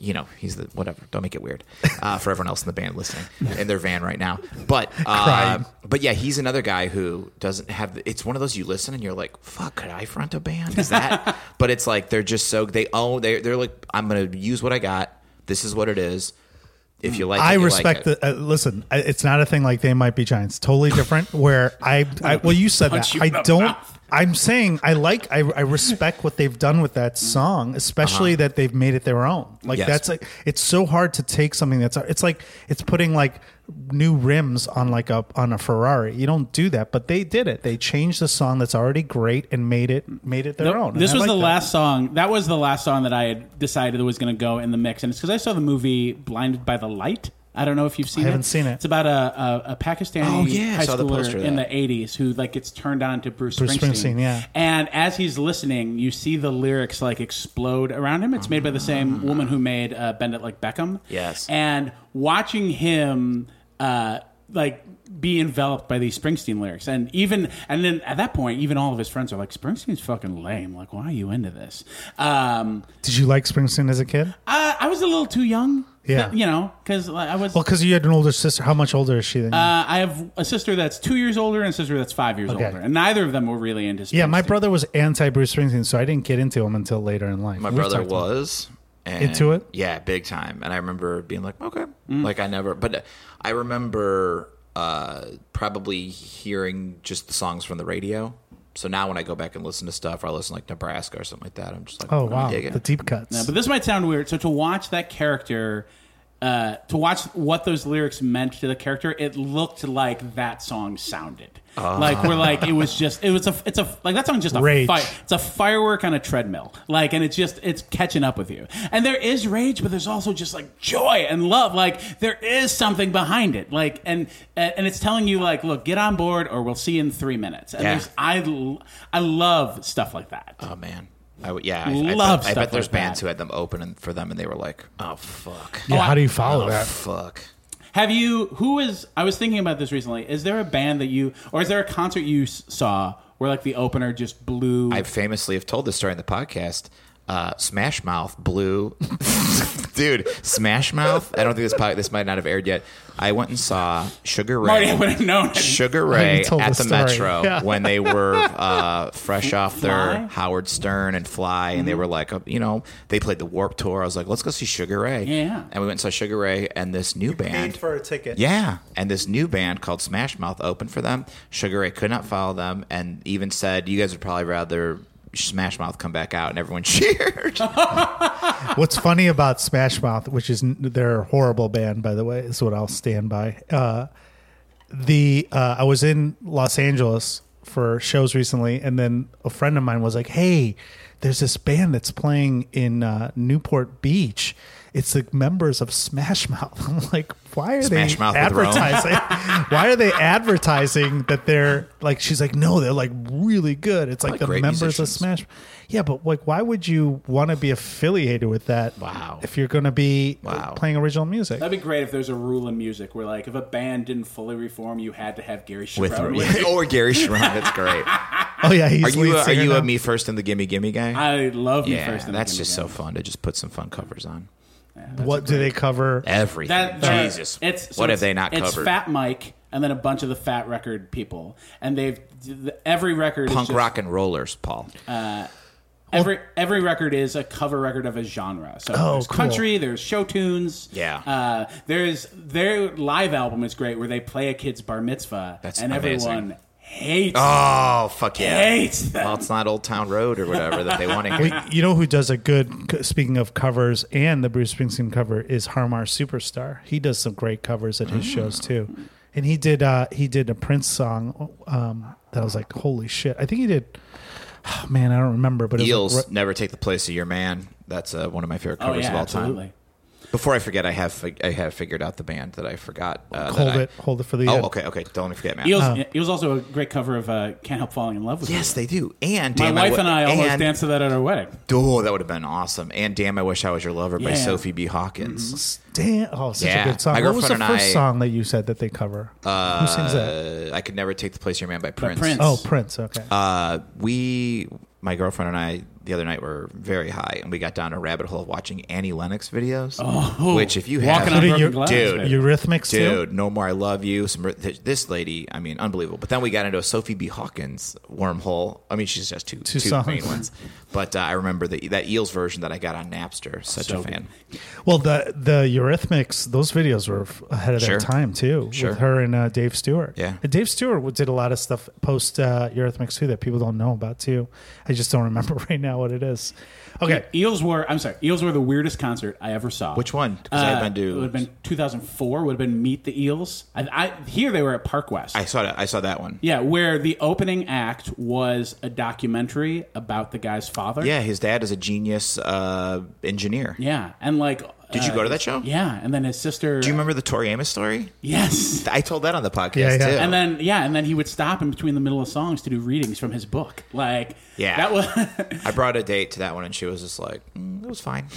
Speaker 2: you know, he's the whatever. Don't make it weird uh, *laughs* for everyone else in the band listening in their van right now. But uh,
Speaker 1: Crying.
Speaker 2: but yeah, he's another guy who doesn't have. The, it's one of those you listen and you're like, fuck, could I front a band? Is
Speaker 1: *laughs*
Speaker 2: that? but it's like they're just so they own. They they're like, I'm gonna use what I got. This is what it is. If you like,
Speaker 1: I
Speaker 2: it, you
Speaker 1: respect
Speaker 2: like it.
Speaker 1: the uh, listen. I- It's not a thing like they might be giants. Totally different. Where I, I well, you said
Speaker 3: Punch
Speaker 1: that.
Speaker 3: you
Speaker 1: I
Speaker 3: in the
Speaker 1: don't.
Speaker 3: mouth.
Speaker 1: I'm saying I like. I, I respect what they've done with that song, especially that they've made it their own. Like
Speaker 2: Uh-huh. Yes.
Speaker 1: that's like it's so hard to take something that's. It's like it's putting like new rims on like a on a Ferrari. You don't do that, but they did it. They changed the song that's already great and made it made it their
Speaker 3: Nope.
Speaker 1: own. And
Speaker 3: This
Speaker 1: Oh, I like
Speaker 3: was the
Speaker 1: that.
Speaker 3: last song. That was the last song that I had decided that was going to go in the mix, and it's because I saw the movie Blinded by the Light. I don't know if you've seen.
Speaker 1: haven't seen it.
Speaker 3: It's about a a, a Pakistani
Speaker 2: Oh, yeah, I
Speaker 3: high
Speaker 2: saw the
Speaker 3: schooler
Speaker 2: poster of
Speaker 3: in the
Speaker 2: that.
Speaker 3: '80s who like gets turned on to Bruce,
Speaker 1: Bruce
Speaker 3: Springsteen.
Speaker 1: Springsteen, yeah.
Speaker 3: And as he's listening, you see the lyrics like explode around him. It's made by the same woman who made uh, "Bend It Like Beckham."
Speaker 2: Yes.
Speaker 3: And watching him. Uh, like be enveloped by these Springsteen lyrics, and even and then at that point, even all of his friends are like, "Springsteen's fucking lame. Like, why are you into this?" Um,
Speaker 1: Did you like Springsteen as a kid?
Speaker 3: I, I was a little too young,
Speaker 1: Yeah.
Speaker 3: you know, because like, I was.
Speaker 1: Well, because you had an older sister. How much older is she than you?
Speaker 3: uh, I have a sister that's two years older and a sister that's five years
Speaker 1: Okay.
Speaker 3: older, and neither of them were really into. Springsteen.
Speaker 1: Yeah, my brother was anti Bruce Springsteen, so I didn't get into him until later in life.
Speaker 2: My
Speaker 1: We've
Speaker 2: brother
Speaker 1: talked about-
Speaker 2: was and-
Speaker 1: Into it?
Speaker 2: Yeah, big time. And I remember being like, okay,
Speaker 3: Mm.
Speaker 2: like I never. But I remember uh, probably hearing just the songs from the radio. So now when I go back and listen to stuff, or I listen like Nebraska or something like that. I'm just like,
Speaker 1: Oh
Speaker 2: I'm
Speaker 1: wow,
Speaker 2: digging.
Speaker 1: the deep cuts.
Speaker 3: But this might sound weird. So to watch that character uh, to watch what those lyrics meant to the character, it looked like that song sounded. Like we're like it was just it was a it's a like that song just a
Speaker 1: Rage.
Speaker 3: fire it's a firework on a treadmill like and it's just it's catching up with you and there is rage but there's also just like joy and love like there is something behind it like and and it's telling you like look get on board or we'll see you in three minutes and
Speaker 2: Yeah.
Speaker 3: there's I l- I love stuff like that
Speaker 2: Oh man, I would yeah. I, I
Speaker 3: Love
Speaker 2: bet- I,
Speaker 3: stuff
Speaker 2: bet, there's
Speaker 3: like
Speaker 2: bands
Speaker 3: that.
Speaker 2: who had them open and, for them, and they were like, "Oh fuck,
Speaker 1: Yeah,
Speaker 3: Oh,
Speaker 1: how
Speaker 3: I-
Speaker 1: do you follow
Speaker 2: oh
Speaker 1: that?
Speaker 2: fuck."
Speaker 3: Have you? Who is? I was thinking about this recently. Is there a band that you, or is there a concert you s- saw where like the opener just blew? *laughs*
Speaker 2: I famously have told this story in the podcast. Uh, Smash Mouth blew, *laughs* dude. Smash Mouth. I don't think this pod, this might not have aired yet. I went and saw Sugar Ray. *laughs*
Speaker 3: Marty, I would've
Speaker 1: *laughs*
Speaker 3: known.
Speaker 2: Sugar
Speaker 1: already
Speaker 2: Ray
Speaker 1: told
Speaker 2: at
Speaker 1: the
Speaker 2: the
Speaker 1: story.
Speaker 2: Metro
Speaker 1: *laughs* Yeah.
Speaker 2: when they were uh, fresh off their
Speaker 3: Fly? Mm-hmm.
Speaker 2: Howard Stern and Fly, and they were like, uh, you know, they played the Warp Tour. I was like, let's go see Sugar Ray.
Speaker 3: Yeah.
Speaker 2: And we went and saw Sugar Ray and this new band.
Speaker 1: a ticket.
Speaker 2: Yeah, and this new band called Smash Mouth opened for them. Sugar Ray could not follow them, and even said, "You guys would probably rather Smash Mouth come back out." And everyone *laughs* cheered.
Speaker 1: What's funny about Smash Mouth, which is their horrible band, by the way, is what I'll stand by. Uh, the uh, I was in Los Angeles for shows recently, and then a friend of mine was like, "Hey, there's this band that's playing in uh, Newport Beach. It's the members of Smash Mouth." *laughs* I'm like, "Why are
Speaker 2: Smash
Speaker 1: they
Speaker 2: Mouth with Rome.
Speaker 1: advertising? *laughs* Why are they advertising that they're like?" She's like, "No, they're like really good. It's like,
Speaker 2: Like
Speaker 1: the
Speaker 2: great
Speaker 1: members of
Speaker 2: musicians.
Speaker 1: Smash." Yeah, but like, why would you want to be affiliated with that?
Speaker 2: Wow.
Speaker 1: If you're going to be
Speaker 2: Wow.
Speaker 1: playing original music,
Speaker 3: That'd be great if there's a rule in music where like if a band didn't fully reform, you had to have Gary
Speaker 2: with
Speaker 3: Shroud.
Speaker 2: *laughs*
Speaker 3: with it.
Speaker 2: or Gary Sharon, that's great.
Speaker 1: oh yeah, he's
Speaker 2: Are you
Speaker 1: lead
Speaker 2: a, are
Speaker 1: singer
Speaker 2: you a
Speaker 1: now.
Speaker 2: me first and the gimme gimme guy?
Speaker 3: *laughs* I love me
Speaker 2: yeah,
Speaker 3: first. and
Speaker 2: that's
Speaker 3: Again
Speaker 2: just so
Speaker 3: Again.
Speaker 2: fun to just put some fun covers on
Speaker 1: What do they cover?
Speaker 2: everything.
Speaker 3: That, that-
Speaker 2: Jesus,
Speaker 3: It's, so
Speaker 2: what
Speaker 3: it's-
Speaker 2: have they not
Speaker 3: It's
Speaker 2: covered?
Speaker 3: Fat Mike and then a bunch of the Fat Record people, and they've every record is
Speaker 2: Punk
Speaker 3: just-
Speaker 2: rock and rollers, Paul.
Speaker 3: Every every record is a cover record of a genre. So
Speaker 1: Oh,
Speaker 3: there's
Speaker 1: cool.
Speaker 3: country, there's show tunes.
Speaker 2: Yeah.
Speaker 3: Uh, there's their live album is great where they play a kid's bar mitzvah.
Speaker 2: That's
Speaker 3: and
Speaker 2: amazing.
Speaker 3: everyone hates
Speaker 2: oh fuck yeah!
Speaker 3: hates
Speaker 2: Well,
Speaker 3: them.
Speaker 2: it's not Old Town Road or whatever that they want
Speaker 3: *laughs*
Speaker 2: to hear.
Speaker 1: You know who does a good. Speaking of covers, and the Bruce Springsteen cover is Harmar Superstar. He does some great covers at his
Speaker 2: Mm.
Speaker 1: shows too, and he did uh, he did a Prince song um, that I was like, holy shit! I think he did. Oh, man, I don't remember, but it was
Speaker 2: Eels
Speaker 1: like,
Speaker 2: never take the place of your man. That's uh, one of my favorite
Speaker 3: Oh
Speaker 2: covers
Speaker 3: yeah,
Speaker 2: of all
Speaker 3: absolutely.
Speaker 2: time. Before I forget, I have fig- I have figured out the band that I forgot. Uh, that
Speaker 1: hold
Speaker 2: I-
Speaker 1: it, hold it for the.
Speaker 2: Oh,
Speaker 1: end.
Speaker 2: okay, okay. Don't let me forget, man. Uh,
Speaker 3: Eels,
Speaker 1: Oh.
Speaker 3: Eels also a great cover of uh, "Can't Help Falling in Love with
Speaker 2: Yes,
Speaker 3: You."
Speaker 2: they do. And
Speaker 3: My
Speaker 2: damn,
Speaker 3: wife
Speaker 2: Wi-
Speaker 3: and I almost
Speaker 2: and-
Speaker 3: danced to that at our wedding.
Speaker 2: Oh, that would have been awesome. And damn, I wish I was your lover by
Speaker 3: Yeah.
Speaker 2: Sophie B. Hawkins.
Speaker 1: Damn, oh, such
Speaker 2: Yeah.
Speaker 1: a good song.
Speaker 2: My
Speaker 1: What was the
Speaker 2: girlfriend and
Speaker 1: first
Speaker 2: I-
Speaker 1: song that you said that they cover? Uh, Who sings that?
Speaker 2: Uh, I could never take the place of your man by Prince.
Speaker 3: Mm-hmm. Prince.
Speaker 1: Oh, Prince. Okay.
Speaker 2: Uh, we, my girlfriend and I, the other night were very high, and we got down a rabbit hole of watching Annie Lennox videos. Oh, which if you have,
Speaker 3: Walking on
Speaker 1: Dude,
Speaker 3: broken
Speaker 1: you're-
Speaker 3: glass,
Speaker 2: dude,
Speaker 3: baby.
Speaker 1: Eurythmics too.
Speaker 2: dude, no more. I love you. Some this lady, I mean, unbelievable. But then we got into a Sophie B. Hawkins wormhole. I mean, she's just two two
Speaker 1: songs.
Speaker 2: main ones. But uh, I remember the, that Eels version that I got on Napster. Such
Speaker 3: So
Speaker 2: a fan.
Speaker 1: Well, the the Eurythmics, those videos were f- ahead of
Speaker 2: Sure.
Speaker 1: their time too.
Speaker 2: Sure.
Speaker 1: With her and uh, Dave Stewart.
Speaker 2: Yeah.
Speaker 1: And Dave Stewart w- did a lot of stuff post uh, Eurythmics too that people don't know about too. I just don't remember *laughs* right now what it is. Okay.
Speaker 3: Eels were. I'm sorry. Eels were the weirdest concert I ever saw. Uh,
Speaker 2: Which one? 'Cause I've been to-
Speaker 3: It would have been 2004. Would have been Meet the Eels. I, I here they were at Park West.
Speaker 2: I saw that. I saw that one.
Speaker 3: Yeah, where the opening act was a documentary about the guy's father.
Speaker 2: Yeah, his dad is a genius uh, engineer.
Speaker 3: Yeah, and like.
Speaker 2: Did you
Speaker 3: uh,
Speaker 2: go to that show?
Speaker 3: Yeah, and then his sister.
Speaker 2: Do you remember the Tori Amos story?
Speaker 3: Yes.
Speaker 2: I told that on the podcast
Speaker 1: Yeah, yeah.
Speaker 2: too.
Speaker 3: And then yeah, and then he would stop in between the middle of songs to do readings from his book. Like
Speaker 2: Yeah.
Speaker 3: that was
Speaker 1: *laughs*
Speaker 2: I brought a date to that one, and she was just like, mm, "It was fine."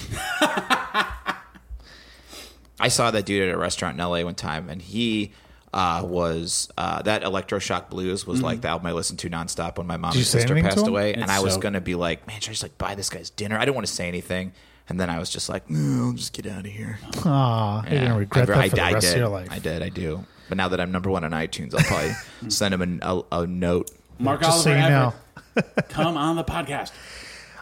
Speaker 2: I saw that dude at a restaurant in LA one time, and he uh, was uh, that electroshock blues was like the album I listened to nonstop when my mom
Speaker 1: Mm-hmm. you
Speaker 2: and
Speaker 1: say
Speaker 2: sister
Speaker 1: anything to
Speaker 2: passed
Speaker 1: him?
Speaker 2: away, and
Speaker 3: It's
Speaker 2: I was
Speaker 3: so-
Speaker 2: gonna be like, "Man, should I just like buy this guy's dinner?" I didn't want to say anything, and then I was just like, "No, I'll just get out of here."
Speaker 1: Aw, you're
Speaker 2: Yeah.
Speaker 1: gonna regret
Speaker 2: I-
Speaker 1: that for
Speaker 2: I-
Speaker 1: the
Speaker 2: I
Speaker 1: rest
Speaker 2: did.
Speaker 1: of your life.
Speaker 2: I did. I do. But now that I'm number one on iTunes, I'll probably
Speaker 1: *laughs*
Speaker 2: send him an, a, a note.
Speaker 3: Mark
Speaker 1: Just so
Speaker 3: Oliver
Speaker 1: you know. *laughs*
Speaker 3: Everett, come on the podcast.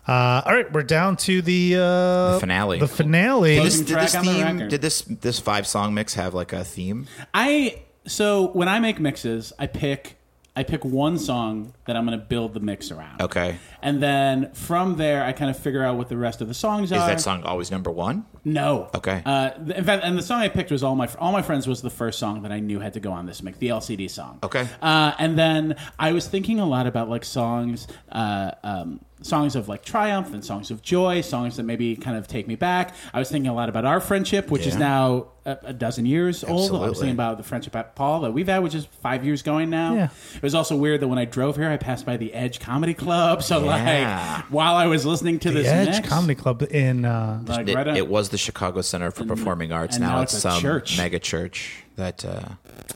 Speaker 1: Uh, all right, we're down to the, uh,
Speaker 2: The finale.
Speaker 1: The finale.
Speaker 2: Did
Speaker 3: Closing
Speaker 2: this, did
Speaker 3: track
Speaker 2: this
Speaker 3: on the
Speaker 2: theme?
Speaker 3: record.
Speaker 2: Did this this five song mix have like a theme?
Speaker 3: I so when I make mixes, I pick I pick one song that I'm going to build the mix around.
Speaker 2: Okay.
Speaker 3: And then from there, I kind of figure out what the rest of the songs
Speaker 2: Is
Speaker 3: are.
Speaker 2: that song always number one?
Speaker 3: No.
Speaker 2: Okay.
Speaker 3: Uh, th- in fact, and the song I picked was all my all my friends was the first song that I knew had to go on this mix, the LCD song.
Speaker 2: Okay.
Speaker 3: Uh, and then I was thinking a lot about like songs, uh, um, songs of like triumph and songs of joy, songs that maybe kind of take me back. I was thinking a lot about our friendship, which is
Speaker 2: Yeah.
Speaker 3: now a, a dozen years old. I was
Speaker 2: Absolutely.
Speaker 3: thinking about the friendship at Paul that we've had, which is five years going now.
Speaker 1: Yeah.
Speaker 3: It was also weird that when I drove here, I passed by the Edge Comedy Club. *laughs* So
Speaker 2: Yeah.
Speaker 3: like while I was listening to
Speaker 1: The
Speaker 3: this
Speaker 1: Edge
Speaker 3: mix,
Speaker 1: Comedy Club in uh,
Speaker 3: like,
Speaker 2: It,
Speaker 3: right on-
Speaker 2: it was the Chicago Center for Performing Arts.
Speaker 3: and
Speaker 2: Now,
Speaker 3: now
Speaker 2: it's,
Speaker 3: it's a
Speaker 2: some
Speaker 3: church.
Speaker 2: mega church that. Uh,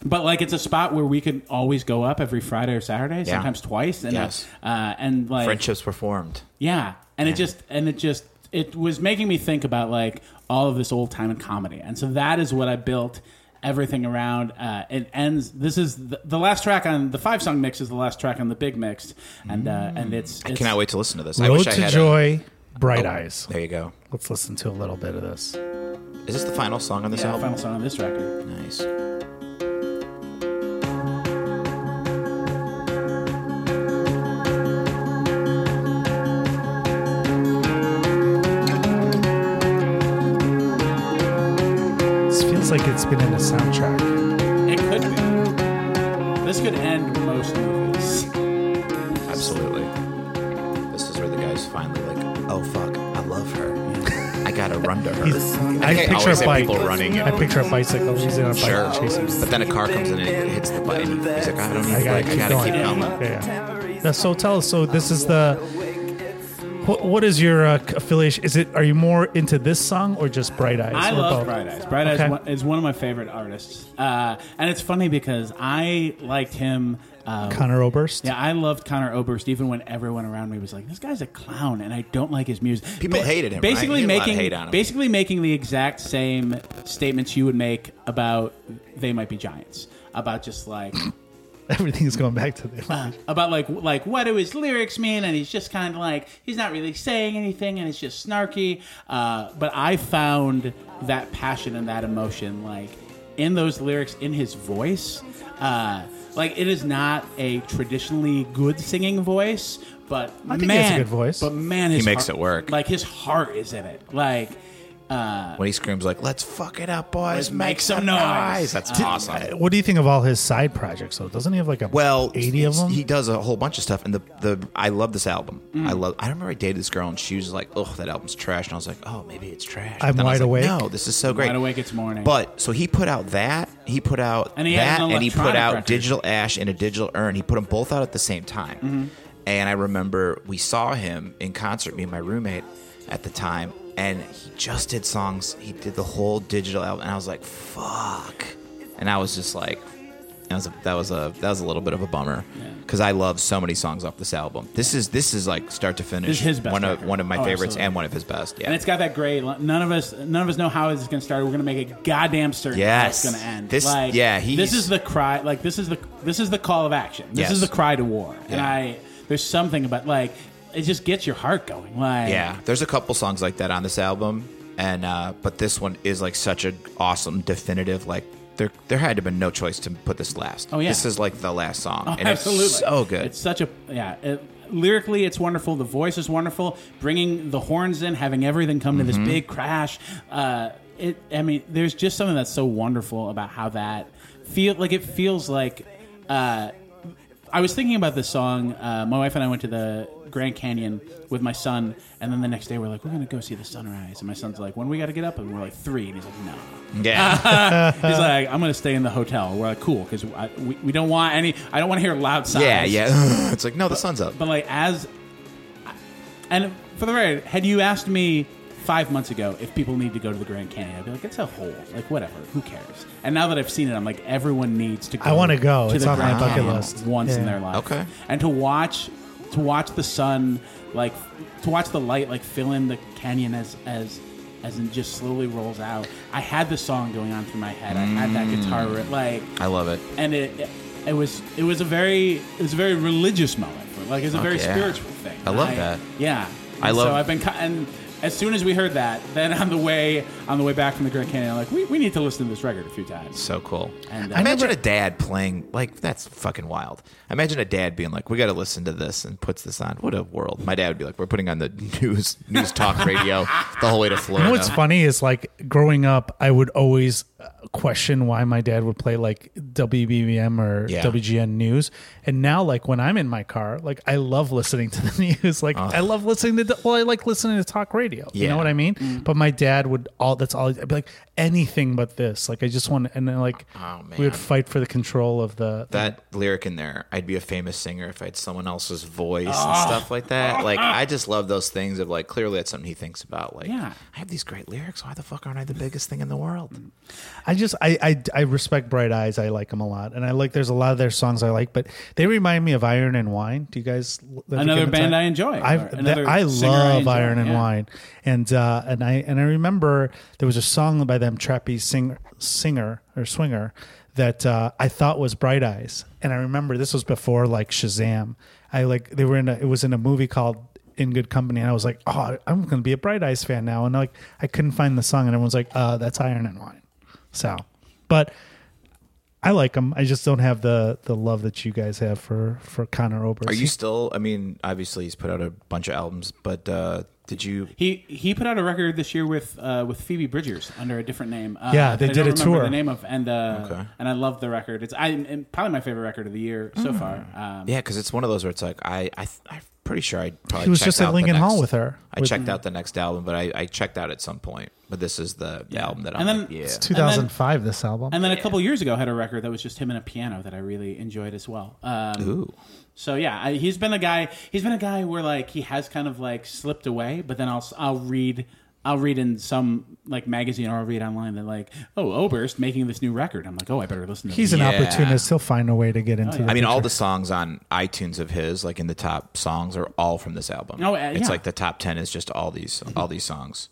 Speaker 3: But like, it's a spot where we could always go up every Friday or Saturday,
Speaker 2: Yeah.
Speaker 3: sometimes twice, and
Speaker 2: Yes.
Speaker 3: uh, and like,
Speaker 2: friendships performed.
Speaker 3: yeah, and it just and it just it was making me think about like all of this old time in comedy, and so that is what I built everything around. Uh, it ends. This is the, the last track on the five song mix is the last track on the big mix, and uh, and it's, it's
Speaker 2: Mm. I cannot wait to listen to this. I
Speaker 1: Road
Speaker 2: wish I
Speaker 1: to
Speaker 2: had a-
Speaker 1: Joy, Bright
Speaker 2: Oh,
Speaker 1: Eyes.
Speaker 2: There you go.
Speaker 1: Let's listen to a little bit of this.
Speaker 2: Is this the final song on this
Speaker 3: yeah, the
Speaker 2: album?
Speaker 3: final song on this record.
Speaker 2: Nice.
Speaker 1: This feels like it's been in a soundtrack.
Speaker 3: It could be. This could end most movies.
Speaker 2: Absolutely. This is where the guys finally like, oh fuck, I love her. I gotta run to her.
Speaker 1: I
Speaker 2: think
Speaker 1: picture
Speaker 2: always
Speaker 1: a
Speaker 2: have
Speaker 1: bike.
Speaker 2: people running.
Speaker 1: I picture a bicycle. He's in a bike
Speaker 2: Sure.
Speaker 1: chasing.
Speaker 2: But oh, then a car comes in and it hits the button. He's like, I don't need
Speaker 1: I
Speaker 2: a
Speaker 1: gotta
Speaker 2: brake. I
Speaker 1: keep
Speaker 2: gotta
Speaker 1: going.
Speaker 2: keep going.
Speaker 1: Yeah, yeah. Now, so tell us. So this is the. What, what is your uh, affiliation? Is it? Are you more into this song or just Bright Eyes?
Speaker 3: I
Speaker 1: or
Speaker 3: love
Speaker 1: both?
Speaker 3: Bright Eyes. Bright Eyes
Speaker 1: Okay.
Speaker 3: one- is one of my favorite artists, uh, and it's funny because I liked him. Uh,
Speaker 1: Connor Oberst.
Speaker 3: yeah, I loved Connor Oberst even when everyone around me was like, "This guy's a clown," and I don't like his music.
Speaker 2: People hated him, right? He
Speaker 3: Basically
Speaker 2: had a lot of
Speaker 3: making
Speaker 2: hate on him.
Speaker 3: basically making the exact same statements you would make about they might be giants. About just like
Speaker 1: *laughs* Everything's going back to the.
Speaker 3: about like like what do his lyrics mean and he's just kind of like he's not really saying anything and it's just snarky uh, but i found that passion and that emotion like in those lyrics in his voice uh, like it is not a traditionally good singing voice but
Speaker 1: I think he
Speaker 3: man,
Speaker 1: has a good voice.
Speaker 3: but man his
Speaker 2: makes
Speaker 3: heart-
Speaker 2: it work.
Speaker 3: like his heart is in it like
Speaker 2: When he screams like, "Let's fuck it up, boys!
Speaker 3: Let's make some noise.
Speaker 2: That's awesome.
Speaker 1: What do you think of all his side projects? though? doesn't he have like a
Speaker 2: Well,
Speaker 1: eighty of
Speaker 2: he's-
Speaker 1: them?
Speaker 2: He does a whole bunch of stuff, and the the I love this album.
Speaker 3: Mm.
Speaker 2: I love. I remember I dated this girl, and she was like, "Oh, that album's trash," and I was like, "Oh, maybe it's trash." But
Speaker 1: I'm
Speaker 2: then I was
Speaker 1: wide
Speaker 2: like,
Speaker 1: awake.
Speaker 2: No, this is so great.
Speaker 3: Wide awake, it's morning.
Speaker 2: But so he put out that he put out
Speaker 3: And he had
Speaker 2: that,
Speaker 3: an
Speaker 2: and he put
Speaker 3: electronic
Speaker 2: out
Speaker 3: record.
Speaker 2: digital ash and a digital urn. He put them both out at the same time.
Speaker 3: Mm-hmm.
Speaker 2: And I remember we saw him in concert, me and my roommate at the time, and he just did songs. He did the whole digital album, and I was like, "Fuck!" And I was just like, that was a, that was a that was a little bit of a bummer because I love so many songs off this album. This is this is like start to finish
Speaker 3: This is his best
Speaker 2: one of
Speaker 3: record.
Speaker 2: one of my
Speaker 3: Oh,
Speaker 2: favorites
Speaker 3: absolutely.
Speaker 2: and one of his best. Yeah,
Speaker 3: and it's got that great none of us none of us know how this is going to start we're going to make it goddamn certain how
Speaker 2: Yes.
Speaker 3: it's going to end
Speaker 2: This-
Speaker 3: like,
Speaker 2: yeah,
Speaker 3: this
Speaker 2: he's-
Speaker 3: is the cry like this is the this is the call of action this
Speaker 2: Yes.
Speaker 3: is the cry to war and
Speaker 2: Yeah.
Speaker 3: i there's something about like it just gets your heart going like
Speaker 2: Yeah, there's a couple songs like that on this album, and uh, but this one is like such an awesome definitive. Like there, there had to have been no choice to put this last.
Speaker 3: Oh, yeah.
Speaker 2: this is like the last song,
Speaker 3: Oh,
Speaker 2: and
Speaker 3: absolutely
Speaker 2: it's so good.
Speaker 3: it's such a yeah it, lyrically it's wonderful the voice is wonderful bringing the horns in having everything come to
Speaker 2: Mm-hmm.
Speaker 3: this big crash uh it i mean there's just something that's so wonderful about how that feel like it feels like uh I was thinking about this song. Uh, my wife and I went to the Grand Canyon with my son, and then the next day we're like, we're gonna go see the sunrise. And my son's like, when we gotta get up? And we're like, three. And he's like, no.
Speaker 2: yeah,
Speaker 3: *laughs* He's like, I'm gonna stay in the hotel. We're like, cool, because we, we don't want any. I don't want to hear loud sounds.
Speaker 2: yeah, yeah. *laughs* it's like no, the sun's up.
Speaker 3: But like as, and for the record, had you asked me five months ago if people need to go to the Grand Canyon, I'd be like, it's a hole, like whatever, who cares? And now that I've seen it, I'm like, everyone needs to. go
Speaker 1: I wanna go.
Speaker 3: to
Speaker 1: It's
Speaker 3: the
Speaker 1: on my
Speaker 3: Grand
Speaker 1: bucket
Speaker 3: Canyon
Speaker 1: list.
Speaker 3: once in
Speaker 1: Yeah.
Speaker 3: their life.
Speaker 2: Okay.
Speaker 3: and to watch, to watch the sun, like to watch the light, like fill in the canyon as as. As it just slowly rolls out. I had the song going on through my head. I had that guitar, ri- like
Speaker 2: I love it.
Speaker 3: and it, it was it was a very it was a very religious moment for like it was a very
Speaker 2: yeah.
Speaker 3: spiritual thing.
Speaker 2: I love that.
Speaker 3: Yeah,
Speaker 2: I
Speaker 3: And So
Speaker 2: love-
Speaker 3: I've been ki- and as soon as we heard that, then on the way on the way back from the Grand Canyon. Like, we, we need to listen to this record a few times.
Speaker 2: So cool.
Speaker 3: And, uh,
Speaker 2: I imagine a dad playing like that's fucking wild. I imagine a dad being like, "We got to listen to this," and puts this on. What a world! My dad would be like, "We're putting on the news news *laughs* talk radio the whole way to Florida."
Speaker 1: You know what's funny is like growing up, I would always uh, question why my dad would play like WBBM or
Speaker 2: Yeah.
Speaker 1: WGN news, and now like when I'm in my car, like I love listening to the *laughs* news. Like I love listening to well, I like listening to talk radio. You
Speaker 2: Yeah.
Speaker 1: know what I mean? But my dad would all that's all I'd be like anything but this. Like I just want and then like
Speaker 2: Oh, man.
Speaker 1: we would fight for the control of the.
Speaker 2: that lyric in there i'd be a famous singer if i had someone else's voice and stuff like *laughs* that like i just love those things of like clearly that's something he thinks about like
Speaker 3: Yeah.
Speaker 2: i have these great lyrics why the fuck aren't i the biggest thing in the world
Speaker 1: I just I, I I respect Bright Eyes. I like them a lot, and I like there's a lot of their songs I like, but they remind me of Iron and Wine. Do you guys have you
Speaker 3: Another
Speaker 1: given
Speaker 3: band
Speaker 1: time?
Speaker 3: I enjoy,
Speaker 1: I
Speaker 3: or
Speaker 1: that,
Speaker 3: another
Speaker 1: I
Speaker 3: singer I
Speaker 1: love
Speaker 3: enjoy,
Speaker 1: Iron and
Speaker 3: yeah.
Speaker 1: Wine, and uh, and I and I remember there was a song by them, Trappy singer singer or swinger, that uh, I thought was Bright Eyes, and I remember this was before like Shazam. I like they were in a, it was in a movie called. In good company, and I was like, "Oh, I'm going to be a Bright Eyes fan now." And like, I couldn't find the song, and everyone's like, "Uh, that's Iron and Wine." So, but I like them. I just don't have the the love that you guys have for for Connor Oberst.
Speaker 2: are you still i mean obviously he's put out a bunch of albums but uh did you
Speaker 3: He he put out a record this year with uh, with Phoebe Bridgers under a different name. Uh,
Speaker 1: Yeah, they
Speaker 3: that I
Speaker 1: did
Speaker 3: don't
Speaker 1: a
Speaker 3: remember
Speaker 1: tour.
Speaker 3: The name of and uh,
Speaker 2: Okay.
Speaker 3: and I love the record. It's I and probably my favorite record of the year
Speaker 2: Hmm.
Speaker 3: so far. Um,
Speaker 2: yeah because it's one of those where it's like i, I i'm pretty sure i probably
Speaker 1: He was
Speaker 2: checked
Speaker 1: just at
Speaker 2: out the
Speaker 1: Lincoln
Speaker 2: next-
Speaker 1: Hall with her.
Speaker 2: i
Speaker 1: With-
Speaker 2: checked out the next album but i i checked out at some point but this is the album that i'm
Speaker 3: And then-
Speaker 2: like, yeah
Speaker 3: It's
Speaker 1: 2005? this album.
Speaker 3: And then a couple years ago, had a record that was just him and a piano that I really enjoyed as well. Um,
Speaker 2: Ooh.
Speaker 3: So yeah, I, he's been a guy. He's been a guy where like he has kind of like slipped away, but then I'll s- I'll read I'll read in some like magazine or I'll read online that like oh Oberst making this new record. I'm like oh I better listen to
Speaker 1: He's
Speaker 3: this.
Speaker 1: an
Speaker 2: Yeah. Oh,
Speaker 1: opportunist. He'll find a way to get into. the
Speaker 2: I mean, all
Speaker 1: picture.
Speaker 2: the songs on iTunes of his, like in the top songs, are all from this album.
Speaker 3: Oh, uh, yeah.
Speaker 2: it's like the top ten is just all these all these songs,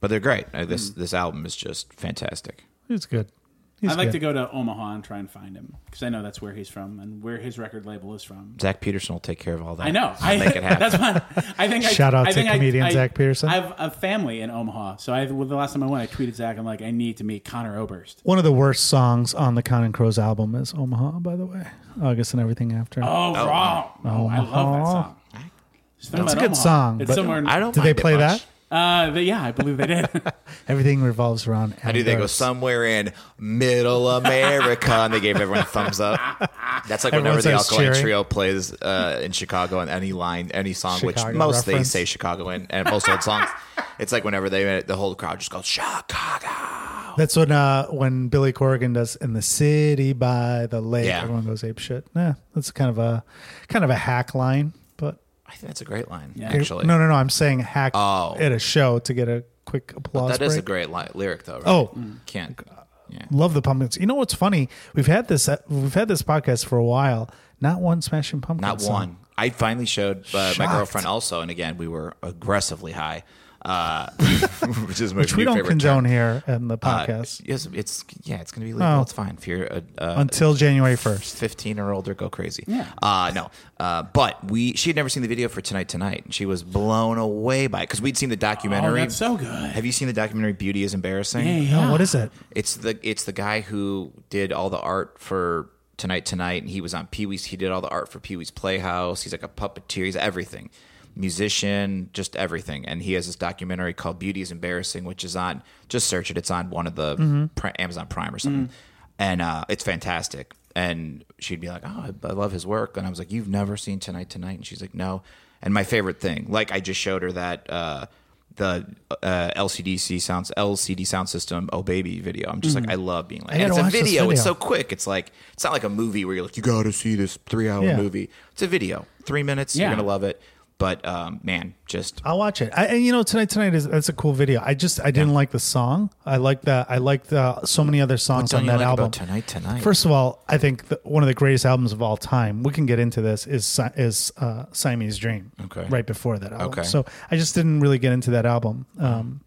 Speaker 2: but they're great. Uh, This
Speaker 3: Mm.
Speaker 2: this album is just fantastic.
Speaker 1: He's good. He's
Speaker 3: I'd like
Speaker 1: good.
Speaker 3: to go to Omaha and try and find him because I know that's where he's from and where his record label is from.
Speaker 2: Zach Peterson will take care of all that.
Speaker 3: I know.
Speaker 2: I'll
Speaker 3: *laughs*
Speaker 2: make it happen.
Speaker 3: That's why I think. I-
Speaker 1: Shout out
Speaker 3: I
Speaker 1: to
Speaker 3: think I-
Speaker 1: comedian
Speaker 3: I-
Speaker 1: Zach Peterson.
Speaker 3: I have a family in Omaha, so I well, the last time I went, I tweeted Zach. I'm like, I need to meet Connor Oberst.
Speaker 1: One of the worst songs on the Conan Crows album is Omaha. By the way, August and everything after.
Speaker 3: Oh, wrong. Oh, I love that
Speaker 1: Omaha.
Speaker 3: song. It's
Speaker 1: That's a good song,
Speaker 3: It's
Speaker 1: but
Speaker 3: somewhere. In,
Speaker 2: I don't.
Speaker 1: Did they
Speaker 2: mind it
Speaker 1: play
Speaker 2: much.
Speaker 1: that?
Speaker 3: Uh, they- yeah, I believe
Speaker 1: *laughs*
Speaker 3: they did. Oh,
Speaker 1: Everything revolves around.
Speaker 2: I do. They go somewhere in Middle America, and they gave everyone a thumbs
Speaker 1: *laughs*
Speaker 2: up. That's like whenever
Speaker 1: Everyone
Speaker 2: the
Speaker 1: starts
Speaker 2: Alkaline
Speaker 1: cheering.
Speaker 2: Trio plays uh, in Chicago, and any line, any song, which
Speaker 1: Chicago
Speaker 2: most they
Speaker 1: reference.
Speaker 2: say Chicago in, and most old songs, it's like whenever they the whole crowd just goes Chicago.
Speaker 1: That's when uh, when Billy Corrigan does "In the City by the Lake."
Speaker 2: Yeah.
Speaker 1: Everyone goes ape shit. Yeah, that's kind of a kind of a hack line, but
Speaker 2: I think that's a great line,
Speaker 1: Here-
Speaker 2: actually.
Speaker 1: No, no, no. I'm saying hack
Speaker 2: Oh.
Speaker 1: at a show to get a quick applause.
Speaker 2: that is a
Speaker 1: break.
Speaker 2: great li- lyric, though. Right?
Speaker 1: Oh.
Speaker 2: can't. Yeah.
Speaker 1: Love the pumpkins. You know what's funny? We've had this uh, we've had this podcast for a while. Not one Smashing Pumpkins.
Speaker 2: Not
Speaker 1: song.
Speaker 2: one. I finally showed uh, my
Speaker 1: Shocked.
Speaker 2: girlfriend also, and again, we were aggressively high, uh, *laughs* which is my
Speaker 1: which we
Speaker 2: new
Speaker 1: don't
Speaker 2: favorite
Speaker 1: condone
Speaker 2: term.
Speaker 1: here in the
Speaker 2: Uh,
Speaker 1: podcast
Speaker 2: yes, it's yeah, it's gonna be legal.
Speaker 1: Oh.
Speaker 2: It's fine if you're a, a
Speaker 1: until January first.
Speaker 2: 15 or older go crazy. Yeah. Uh, no. Uh, but we she had never seen the video for Tonight Tonight, and she was blown away by it because we'd seen the documentary.
Speaker 3: Oh, that's so good.
Speaker 2: Have you seen the documentary Beauty is Embarrassing?
Speaker 3: Yeah,
Speaker 1: No, what is it?
Speaker 2: It's the it's the guy who did all the art for Tonight Tonight, and he was on Pee Wee's. He did all the art for Pee Wee's Playhouse. He's like a puppeteer. He's everything, musician, just everything. And he has this documentary called Beauty Is Embarrassing, which is on. Just search it. It's on one of the Pri- Amazon Prime or something, and uh, it's fantastic. And she'd be like, "Oh, I, I love his work," and I was like, "You've never seen Tonight Tonight?" And she's like, "No." And my favorite thing, like I just showed her that. Uh, the uh, LCDC sounds LCD sound system oh baby video. I'm just like I love being like
Speaker 1: Mm.
Speaker 2: and
Speaker 1: I
Speaker 2: it's
Speaker 1: gotta
Speaker 2: a
Speaker 1: watch this
Speaker 2: video. It's so
Speaker 1: video.
Speaker 2: quick. It's like it's not like a movie where you're like you got to see this three hour
Speaker 1: Yeah.
Speaker 2: movie. It's a video, three minutes.
Speaker 3: Yeah.
Speaker 2: You're gonna love it. But um, man, just
Speaker 1: I'll watch it. I, and you know, tonight tonight is that's a cool video. I just I didn't like the song. I like the I like the so many other songs
Speaker 2: don't
Speaker 1: on
Speaker 2: you
Speaker 1: that
Speaker 2: like about
Speaker 1: album.
Speaker 2: Tonight Tonight?
Speaker 1: First of all, I think the, one of the greatest albums of all time. We can get into this. Is Si- is uh, Siamese Dream?
Speaker 2: Okay.
Speaker 1: Right before that album.
Speaker 2: Okay.
Speaker 1: So I just didn't really get into that album. Um,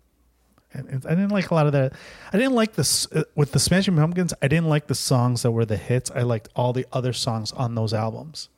Speaker 1: and it- I didn't like a lot of that. I didn't like this uh, with the Smashing Pumpkins. I didn't like the songs that were the hits. I liked all the other songs on those albums.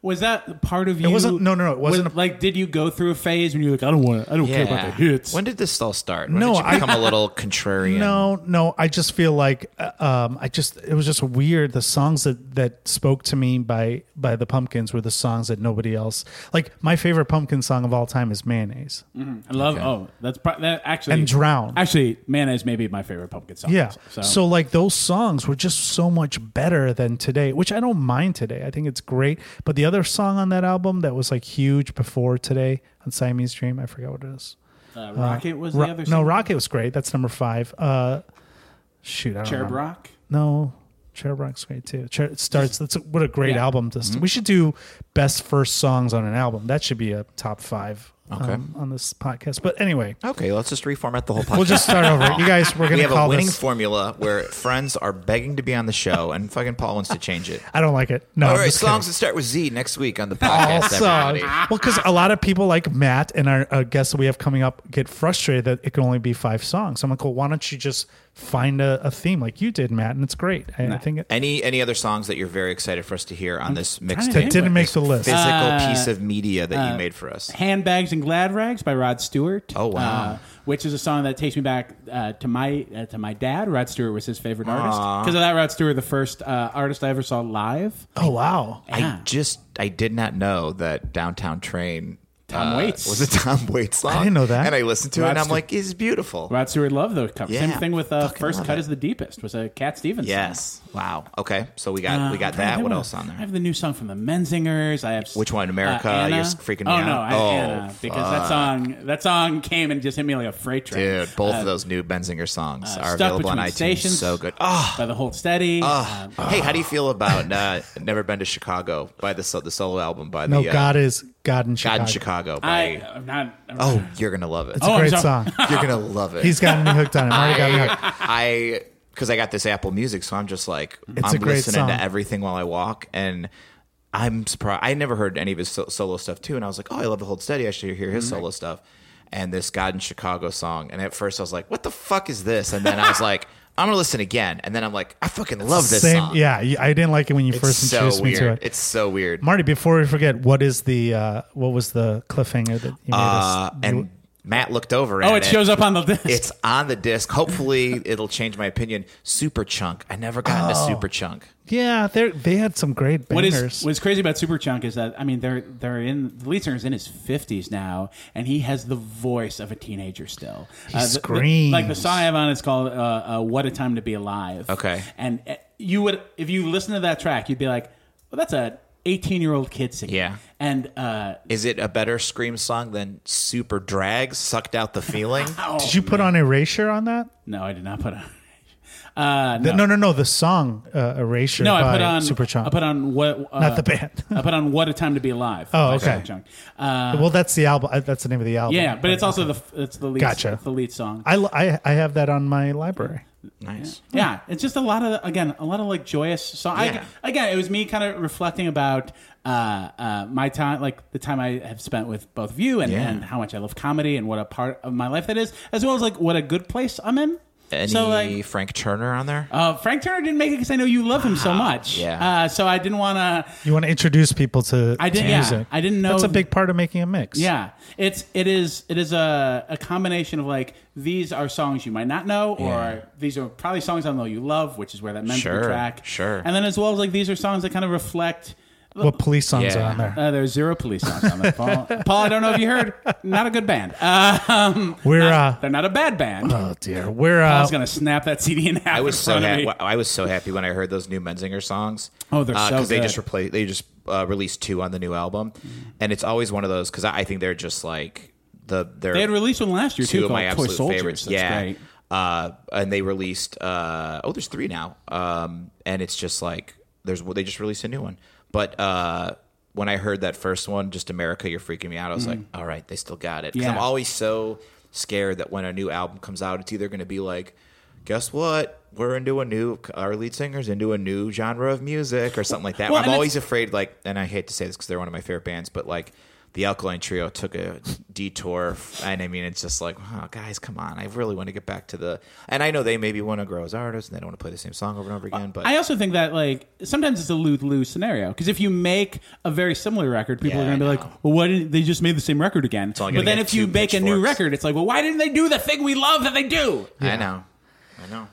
Speaker 3: Was that part of you?
Speaker 1: wasn't- no, no, no, it wasn't
Speaker 3: was-
Speaker 1: a-
Speaker 3: like, did you go through a phase when you're like, I don't want, I don't care about the hits.
Speaker 2: When did this all start? When
Speaker 1: No,
Speaker 2: did you
Speaker 1: I-
Speaker 2: become
Speaker 1: *laughs*
Speaker 2: a little contrarian?
Speaker 1: No, no. I just feel like uh, um, I just it was just weird. The songs that that spoke to me by by the Pumpkins were the songs that nobody else. Like my favorite Pumpkin song of all time is Mayonnaise.
Speaker 3: I love. Oh, that's pro- that actually
Speaker 1: And Drown.
Speaker 3: Actually, mayonnaise may be my favorite pumpkin song.
Speaker 1: Yeah.
Speaker 3: So,
Speaker 1: So. like those songs were just so much better than today, which I don't mind today. I think it's great. But the other song on that album that was like huge before today on Siamese Dream, I forgot what it is.
Speaker 3: uh, Rocket was
Speaker 1: Ro-
Speaker 3: the other.
Speaker 1: no,
Speaker 3: song.
Speaker 1: Rocket was great. That's number five. Uh, shoot, I don't
Speaker 3: Cherub
Speaker 1: remember.
Speaker 3: Rock.
Speaker 1: No, Cherub Rock's great too. Cher- it starts. That's a, what a great
Speaker 3: Yeah.
Speaker 1: album. This we should do best first songs on an album. That should be a top five.
Speaker 2: Okay.
Speaker 1: um, on this podcast. But anyway,
Speaker 2: Okay, let's just reformat the whole podcast.
Speaker 1: we'll just start over. You guys, we're gonna
Speaker 2: we have
Speaker 1: call
Speaker 2: a winning
Speaker 1: this.
Speaker 2: formula where friends are begging to be on the show, and fucking Paul wants to change
Speaker 1: *laughs*
Speaker 2: it.
Speaker 1: I don't like it. No,
Speaker 2: All
Speaker 1: I'm
Speaker 2: right,
Speaker 1: just
Speaker 2: songs
Speaker 1: kidding.
Speaker 2: that start with Z next week on the podcast.
Speaker 1: Also,
Speaker 2: everybody.
Speaker 1: well, because a lot of people like Matt and our, uh guests that we have coming up get frustrated that it can only be five songs. I'm like, well, why don't you just find a, a theme like you did, Matt? And it's great. I, I think it
Speaker 2: Any any other songs that you're very excited for us to hear on this
Speaker 3: trying to
Speaker 2: mixtape?
Speaker 1: that
Speaker 3: think.
Speaker 1: didn't make the list.
Speaker 2: Physical
Speaker 3: Uh,
Speaker 2: piece of media that you made for us.
Speaker 3: Handbags and Glad Rags by Rod Stewart.
Speaker 2: Oh, wow.
Speaker 3: Uh, which is a song that takes me back uh, to my uh, to my dad. Rod Stewart was his favorite artist because of that. Rod Stewart, the first uh, artist I ever saw live.
Speaker 1: oh wow,
Speaker 2: I just I did not know that Downtown Train uh,
Speaker 1: Uh,
Speaker 3: Tom Waits.
Speaker 2: was a Tom Waits song.
Speaker 1: didn't know that.
Speaker 2: And I listened to it,
Speaker 3: Rod
Speaker 2: and I'm
Speaker 3: Stewart.
Speaker 2: like, it's beautiful.
Speaker 3: Rod Stewart loved those covers.
Speaker 2: Yeah.
Speaker 3: Same thing with uh,
Speaker 2: Fucking
Speaker 3: First
Speaker 2: love
Speaker 3: Cut
Speaker 2: it.
Speaker 3: is the Deepest was a Cat Stevens. song.
Speaker 2: Yes. Wow. Okay. So we got we
Speaker 3: Uh,
Speaker 2: got
Speaker 3: I'm trying to
Speaker 2: that.
Speaker 3: think
Speaker 2: What else on
Speaker 3: I
Speaker 2: there?
Speaker 3: have the new song from the Menzingers. I have uh,
Speaker 2: Which one, America?
Speaker 3: Anna.
Speaker 2: You're freaking me
Speaker 3: oh,
Speaker 2: out.
Speaker 3: no, I have
Speaker 2: Oh,
Speaker 3: Anna because that song that song came and just hit me like a freight train.
Speaker 2: Dude, both
Speaker 3: Uh,
Speaker 2: of those new Benzinger songs are
Speaker 3: Stuck
Speaker 2: available on
Speaker 3: Between
Speaker 2: iTunes.
Speaker 3: Stations.
Speaker 2: So good. Oh,
Speaker 3: by the Hold Steady. Uh,
Speaker 2: hey, how do
Speaker 1: Ah.
Speaker 2: you feel about
Speaker 1: *laughs*
Speaker 2: uh, "Never Been to Chicago" by the so- the solo album by
Speaker 1: no,
Speaker 2: the uh,
Speaker 1: God is God in Chicago.
Speaker 2: God in Chicago?
Speaker 3: I,
Speaker 2: By,
Speaker 3: I'm not. I'm
Speaker 2: oh, you're gonna love it.
Speaker 3: Oh, I'm
Speaker 1: Great
Speaker 3: sorry.
Speaker 1: song.
Speaker 2: You're gonna love it.
Speaker 1: He's gotten me hooked on it. Already got me hooked.
Speaker 2: I because I got this Apple Music, so I'm just like
Speaker 1: It's
Speaker 2: I'm
Speaker 1: a great
Speaker 2: listening
Speaker 1: song.
Speaker 2: to everything while I walk, and I'm surprised. I never heard any of his so- solo stuff too, and I was like, oh, I love the Hold Steady. I should hear
Speaker 1: Mm-hmm.
Speaker 2: his solo stuff. And this God in Chicago song, and at first I was like, what the fuck is this? And then I was like, *laughs* I'm gonna listen again, and then I'm like, I fucking love this
Speaker 1: Same,
Speaker 2: song.
Speaker 1: yeah. you- I didn't like it when you
Speaker 2: It's
Speaker 1: first
Speaker 2: so
Speaker 1: introduced me
Speaker 2: weird.
Speaker 1: to it.
Speaker 2: It's so weird.
Speaker 1: Marty, before we forget, what is the uh, what was the cliffhanger that you made
Speaker 2: Uh,
Speaker 1: us?
Speaker 2: and Matt looked over.
Speaker 3: oh,
Speaker 2: at
Speaker 3: it shows up on the *laughs* list.
Speaker 2: It's on the disc. Hopefully,
Speaker 3: *laughs*
Speaker 2: it'll change my opinion. Super Chunk. I never got
Speaker 3: Oh.
Speaker 2: into Super Chunk.
Speaker 1: yeah, they they had some great
Speaker 3: what
Speaker 1: bangers.
Speaker 3: is what's crazy about Superchunk is that I mean they're they're in the lead singer's in his fifties now and he has the voice of a teenager still. He
Speaker 1: screams.
Speaker 3: like the song I have on is called uh, uh, "What a Time to Be Alive."
Speaker 2: Okay.
Speaker 3: and uh, you would if you listen to that track, you'd be like, "Well, that's a 18 year old kid singing."
Speaker 2: Yeah.
Speaker 3: and uh,
Speaker 2: Is it a better scream song than Super Drag sucked out the
Speaker 3: *laughs*
Speaker 2: feeling?
Speaker 1: Did you put on Erasure on that?
Speaker 3: no, I did not put on. *laughs* Uh,
Speaker 1: The-
Speaker 3: no,
Speaker 1: no, no, no. The song uh, Erasure.
Speaker 3: No,
Speaker 1: by
Speaker 3: I put on
Speaker 1: Superchunk.
Speaker 3: I put on what uh,
Speaker 1: Not the band.
Speaker 3: *laughs* I put on "What a Time to Be Alive."
Speaker 1: Oh,
Speaker 3: by
Speaker 1: okay.
Speaker 3: Superchunk. Uh,
Speaker 1: well, that's the album. uh, That's the name of the album.
Speaker 3: yeah, but it's also the it's the lead
Speaker 1: Gotcha.
Speaker 3: it's the lead song.
Speaker 1: I, l- I I have that on my library.
Speaker 2: nice.
Speaker 3: Yeah, it's just a lot of again a lot of like joyous songs.
Speaker 2: Yeah.
Speaker 3: I, again, it was me kind of reflecting about uh, uh, my time, like the time I have spent with both of you, and,
Speaker 2: Yeah.
Speaker 3: and how much I love comedy and what a part of my life that is, as well as like what a good place I'm in.
Speaker 2: Any
Speaker 3: so like.
Speaker 2: Frank Turner on there?
Speaker 3: Uh, Frank Turner didn't make it because I know you love him so much.
Speaker 2: Yeah.
Speaker 3: Uh, so I didn't want to.
Speaker 1: You want to introduce people to,
Speaker 3: I did-
Speaker 1: to
Speaker 3: yeah,
Speaker 1: music.
Speaker 3: I didn't know-
Speaker 1: That's a big part of making a mix.
Speaker 3: Yeah, it's it is it is a, a combination of like these are songs you might not know, or
Speaker 2: Yeah.
Speaker 3: these are probably songs I know you love, which is where that meant to
Speaker 2: Sure,
Speaker 3: be track.
Speaker 2: sure.
Speaker 3: and then as well as like these are songs that kind of reflect.
Speaker 1: What police songs
Speaker 2: Yeah.
Speaker 1: are on there?
Speaker 3: Uh, there's zero police songs on
Speaker 2: *laughs*
Speaker 3: that. Paul, Paul, I don't know if you heard. Not a good band. Uh,
Speaker 1: We're uh,
Speaker 3: they're not a bad band.
Speaker 1: oh dear. We're uh,
Speaker 3: I was gonna snap that CD in half.
Speaker 2: I was
Speaker 3: in
Speaker 2: so
Speaker 3: front of
Speaker 2: happy.
Speaker 3: me.
Speaker 2: I was so happy when I heard those new Menzinger songs. Uh,
Speaker 3: Oh, they're so
Speaker 2: they
Speaker 3: good. Mm-hmm.
Speaker 2: just replaced. They just uh, released two on the new album, and it's always one of those because I, I think they're just like the they're
Speaker 3: They had released one last year
Speaker 2: two
Speaker 3: too
Speaker 2: of my
Speaker 3: called Toy
Speaker 2: absolute
Speaker 3: Soldiers.
Speaker 2: favorites.
Speaker 3: That's
Speaker 2: yeah.
Speaker 3: great.
Speaker 2: Uh, and they released uh, oh, there's three now. Um, and it's just like there's they just released a new one. But uh, when I heard that first one, just America, you're freaking me out. I was like, all right, they still got it. 'Cause I'm
Speaker 3: Mm. Yeah.
Speaker 2: always so scared that when a new album comes out, it's either going to be like, guess what. We're into a new, our lead singer's into a new genre of music or something like that.
Speaker 3: Well,
Speaker 2: I'm
Speaker 3: and
Speaker 2: always afraid, like, and I hate to say this because they're one of my favorite bands, but like, the Alkaline Trio took a detour, and I mean, it's just like, oh, guys, come on! I really want to get back to the. And I know they maybe want to grow as artists, and they don't want to play the same song over and over again. But
Speaker 3: I also think that like sometimes it's a lose lose scenario because if you make a very similar record, people
Speaker 2: Yeah,
Speaker 3: are going to
Speaker 2: I
Speaker 3: be
Speaker 2: know.
Speaker 3: like, "Well, why didn't they just made the same record again?"
Speaker 2: all
Speaker 3: But
Speaker 2: gonna
Speaker 3: then
Speaker 2: get
Speaker 3: if you
Speaker 2: two
Speaker 3: make a new
Speaker 2: pitchforks.
Speaker 3: record, it's like, "Well, why didn't they do the thing we love that they do?"
Speaker 2: I know, I know,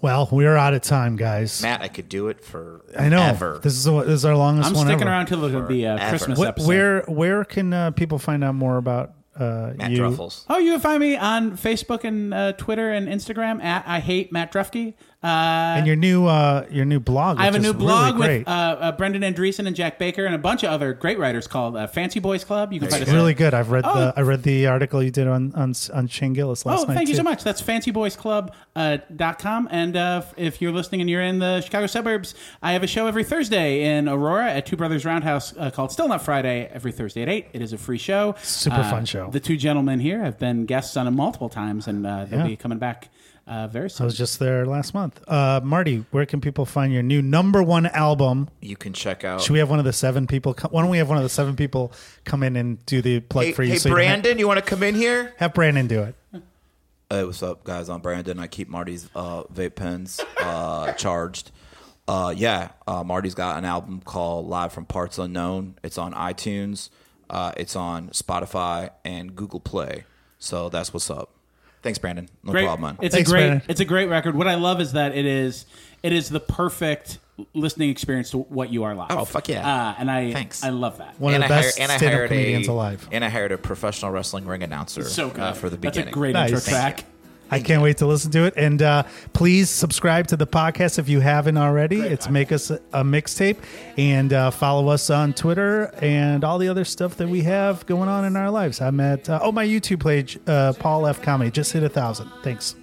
Speaker 1: Well, we're out of time, guys.
Speaker 2: Matt, I could do it for
Speaker 1: I know.
Speaker 2: ever.
Speaker 1: This is the- this is our longest
Speaker 3: I'm
Speaker 1: one
Speaker 3: sticking
Speaker 1: ever.
Speaker 3: around till the, the uh,
Speaker 2: Forever.
Speaker 3: Christmas
Speaker 1: Wh-
Speaker 3: episode.
Speaker 1: where where can uh, people find out more about uh,
Speaker 2: Matt
Speaker 1: you?
Speaker 2: Druffles.
Speaker 3: Oh, you can find me on Facebook and uh, Twitter and Instagram at I hate Matt Drufke. Uh,
Speaker 1: and your new uh, your new blog?
Speaker 3: I have a
Speaker 1: which
Speaker 3: new
Speaker 1: is
Speaker 3: blog
Speaker 1: really
Speaker 3: with
Speaker 1: great.
Speaker 3: uh, uh, Brendan Andreessen and Jack Baker and a bunch of other great writers called uh, Fancy Boys Club. You can find
Speaker 1: It's
Speaker 3: us
Speaker 1: really
Speaker 3: at-
Speaker 1: good. I've read
Speaker 3: Oh.
Speaker 1: the I read the article you did on on on Shane Gillis last
Speaker 3: Oh,
Speaker 1: night.
Speaker 3: thank you
Speaker 1: too.
Speaker 3: so much. That's fancyboysclub.com. Uh, dot com. and uh, f- if you're listening and you're in the Chicago suburbs, I have a show every Thursday in Aurora at Two Brothers Roundhouse uh, called Still Not Friday every Thursday at 8. It is a free show.
Speaker 1: Super
Speaker 3: Uh,
Speaker 1: fun show.
Speaker 3: The two gentlemen here have been guests on it multiple times, and uh, they'll
Speaker 1: Yeah.
Speaker 3: be coming back uh, very
Speaker 1: I
Speaker 3: soon.
Speaker 1: was just there last month. Uh, Marty, where can people find your new number one album?
Speaker 2: You can check out.
Speaker 1: Should we have one of the seven people? co- Why don't we have one of the seven people come in and do the plug
Speaker 2: hey,
Speaker 1: for you?
Speaker 2: hey,
Speaker 1: you don't have-
Speaker 2: Brandon, you want to come in here?
Speaker 1: have Brandon do it.
Speaker 7: Hey, what's up, guys? I'm Brandon. I keep Marty's uh, vape pens uh, *laughs* charged. Uh, yeah, uh, Marty's got an album called Live from Parts Unknown. It's on iTunes, uh, it's on Spotify, and Google Play. So that's what's up.
Speaker 2: Thanks, Brandon.
Speaker 7: No
Speaker 3: great.
Speaker 7: problem, man.
Speaker 3: It's
Speaker 1: Thanks,
Speaker 3: a great
Speaker 1: Brandon.
Speaker 3: it's a great record. What I love is that it is it is the perfect listening experience to what you are live.
Speaker 2: Oh, fuck yeah.
Speaker 3: Uh, and I
Speaker 2: Thanks.
Speaker 3: I love that.
Speaker 1: One of the
Speaker 2: I
Speaker 1: best
Speaker 2: hired- and I
Speaker 1: stand-up
Speaker 2: hired
Speaker 1: comedians
Speaker 2: a,
Speaker 1: alive.
Speaker 2: And I hired a professional wrestling ring announcer
Speaker 3: so good
Speaker 2: uh, for the beginning.
Speaker 3: That's a great intro
Speaker 1: Nice.
Speaker 3: track.
Speaker 1: I can't wait to listen to it. And uh, please subscribe to the podcast if you haven't already. it's Make Us a Mixtape. And uh, follow us on Twitter and all the other stuff that we have going on in our lives. I'm at, uh, oh, my YouTube page, uh, Paul F. Comedy. Just hit a thousand. Thanks.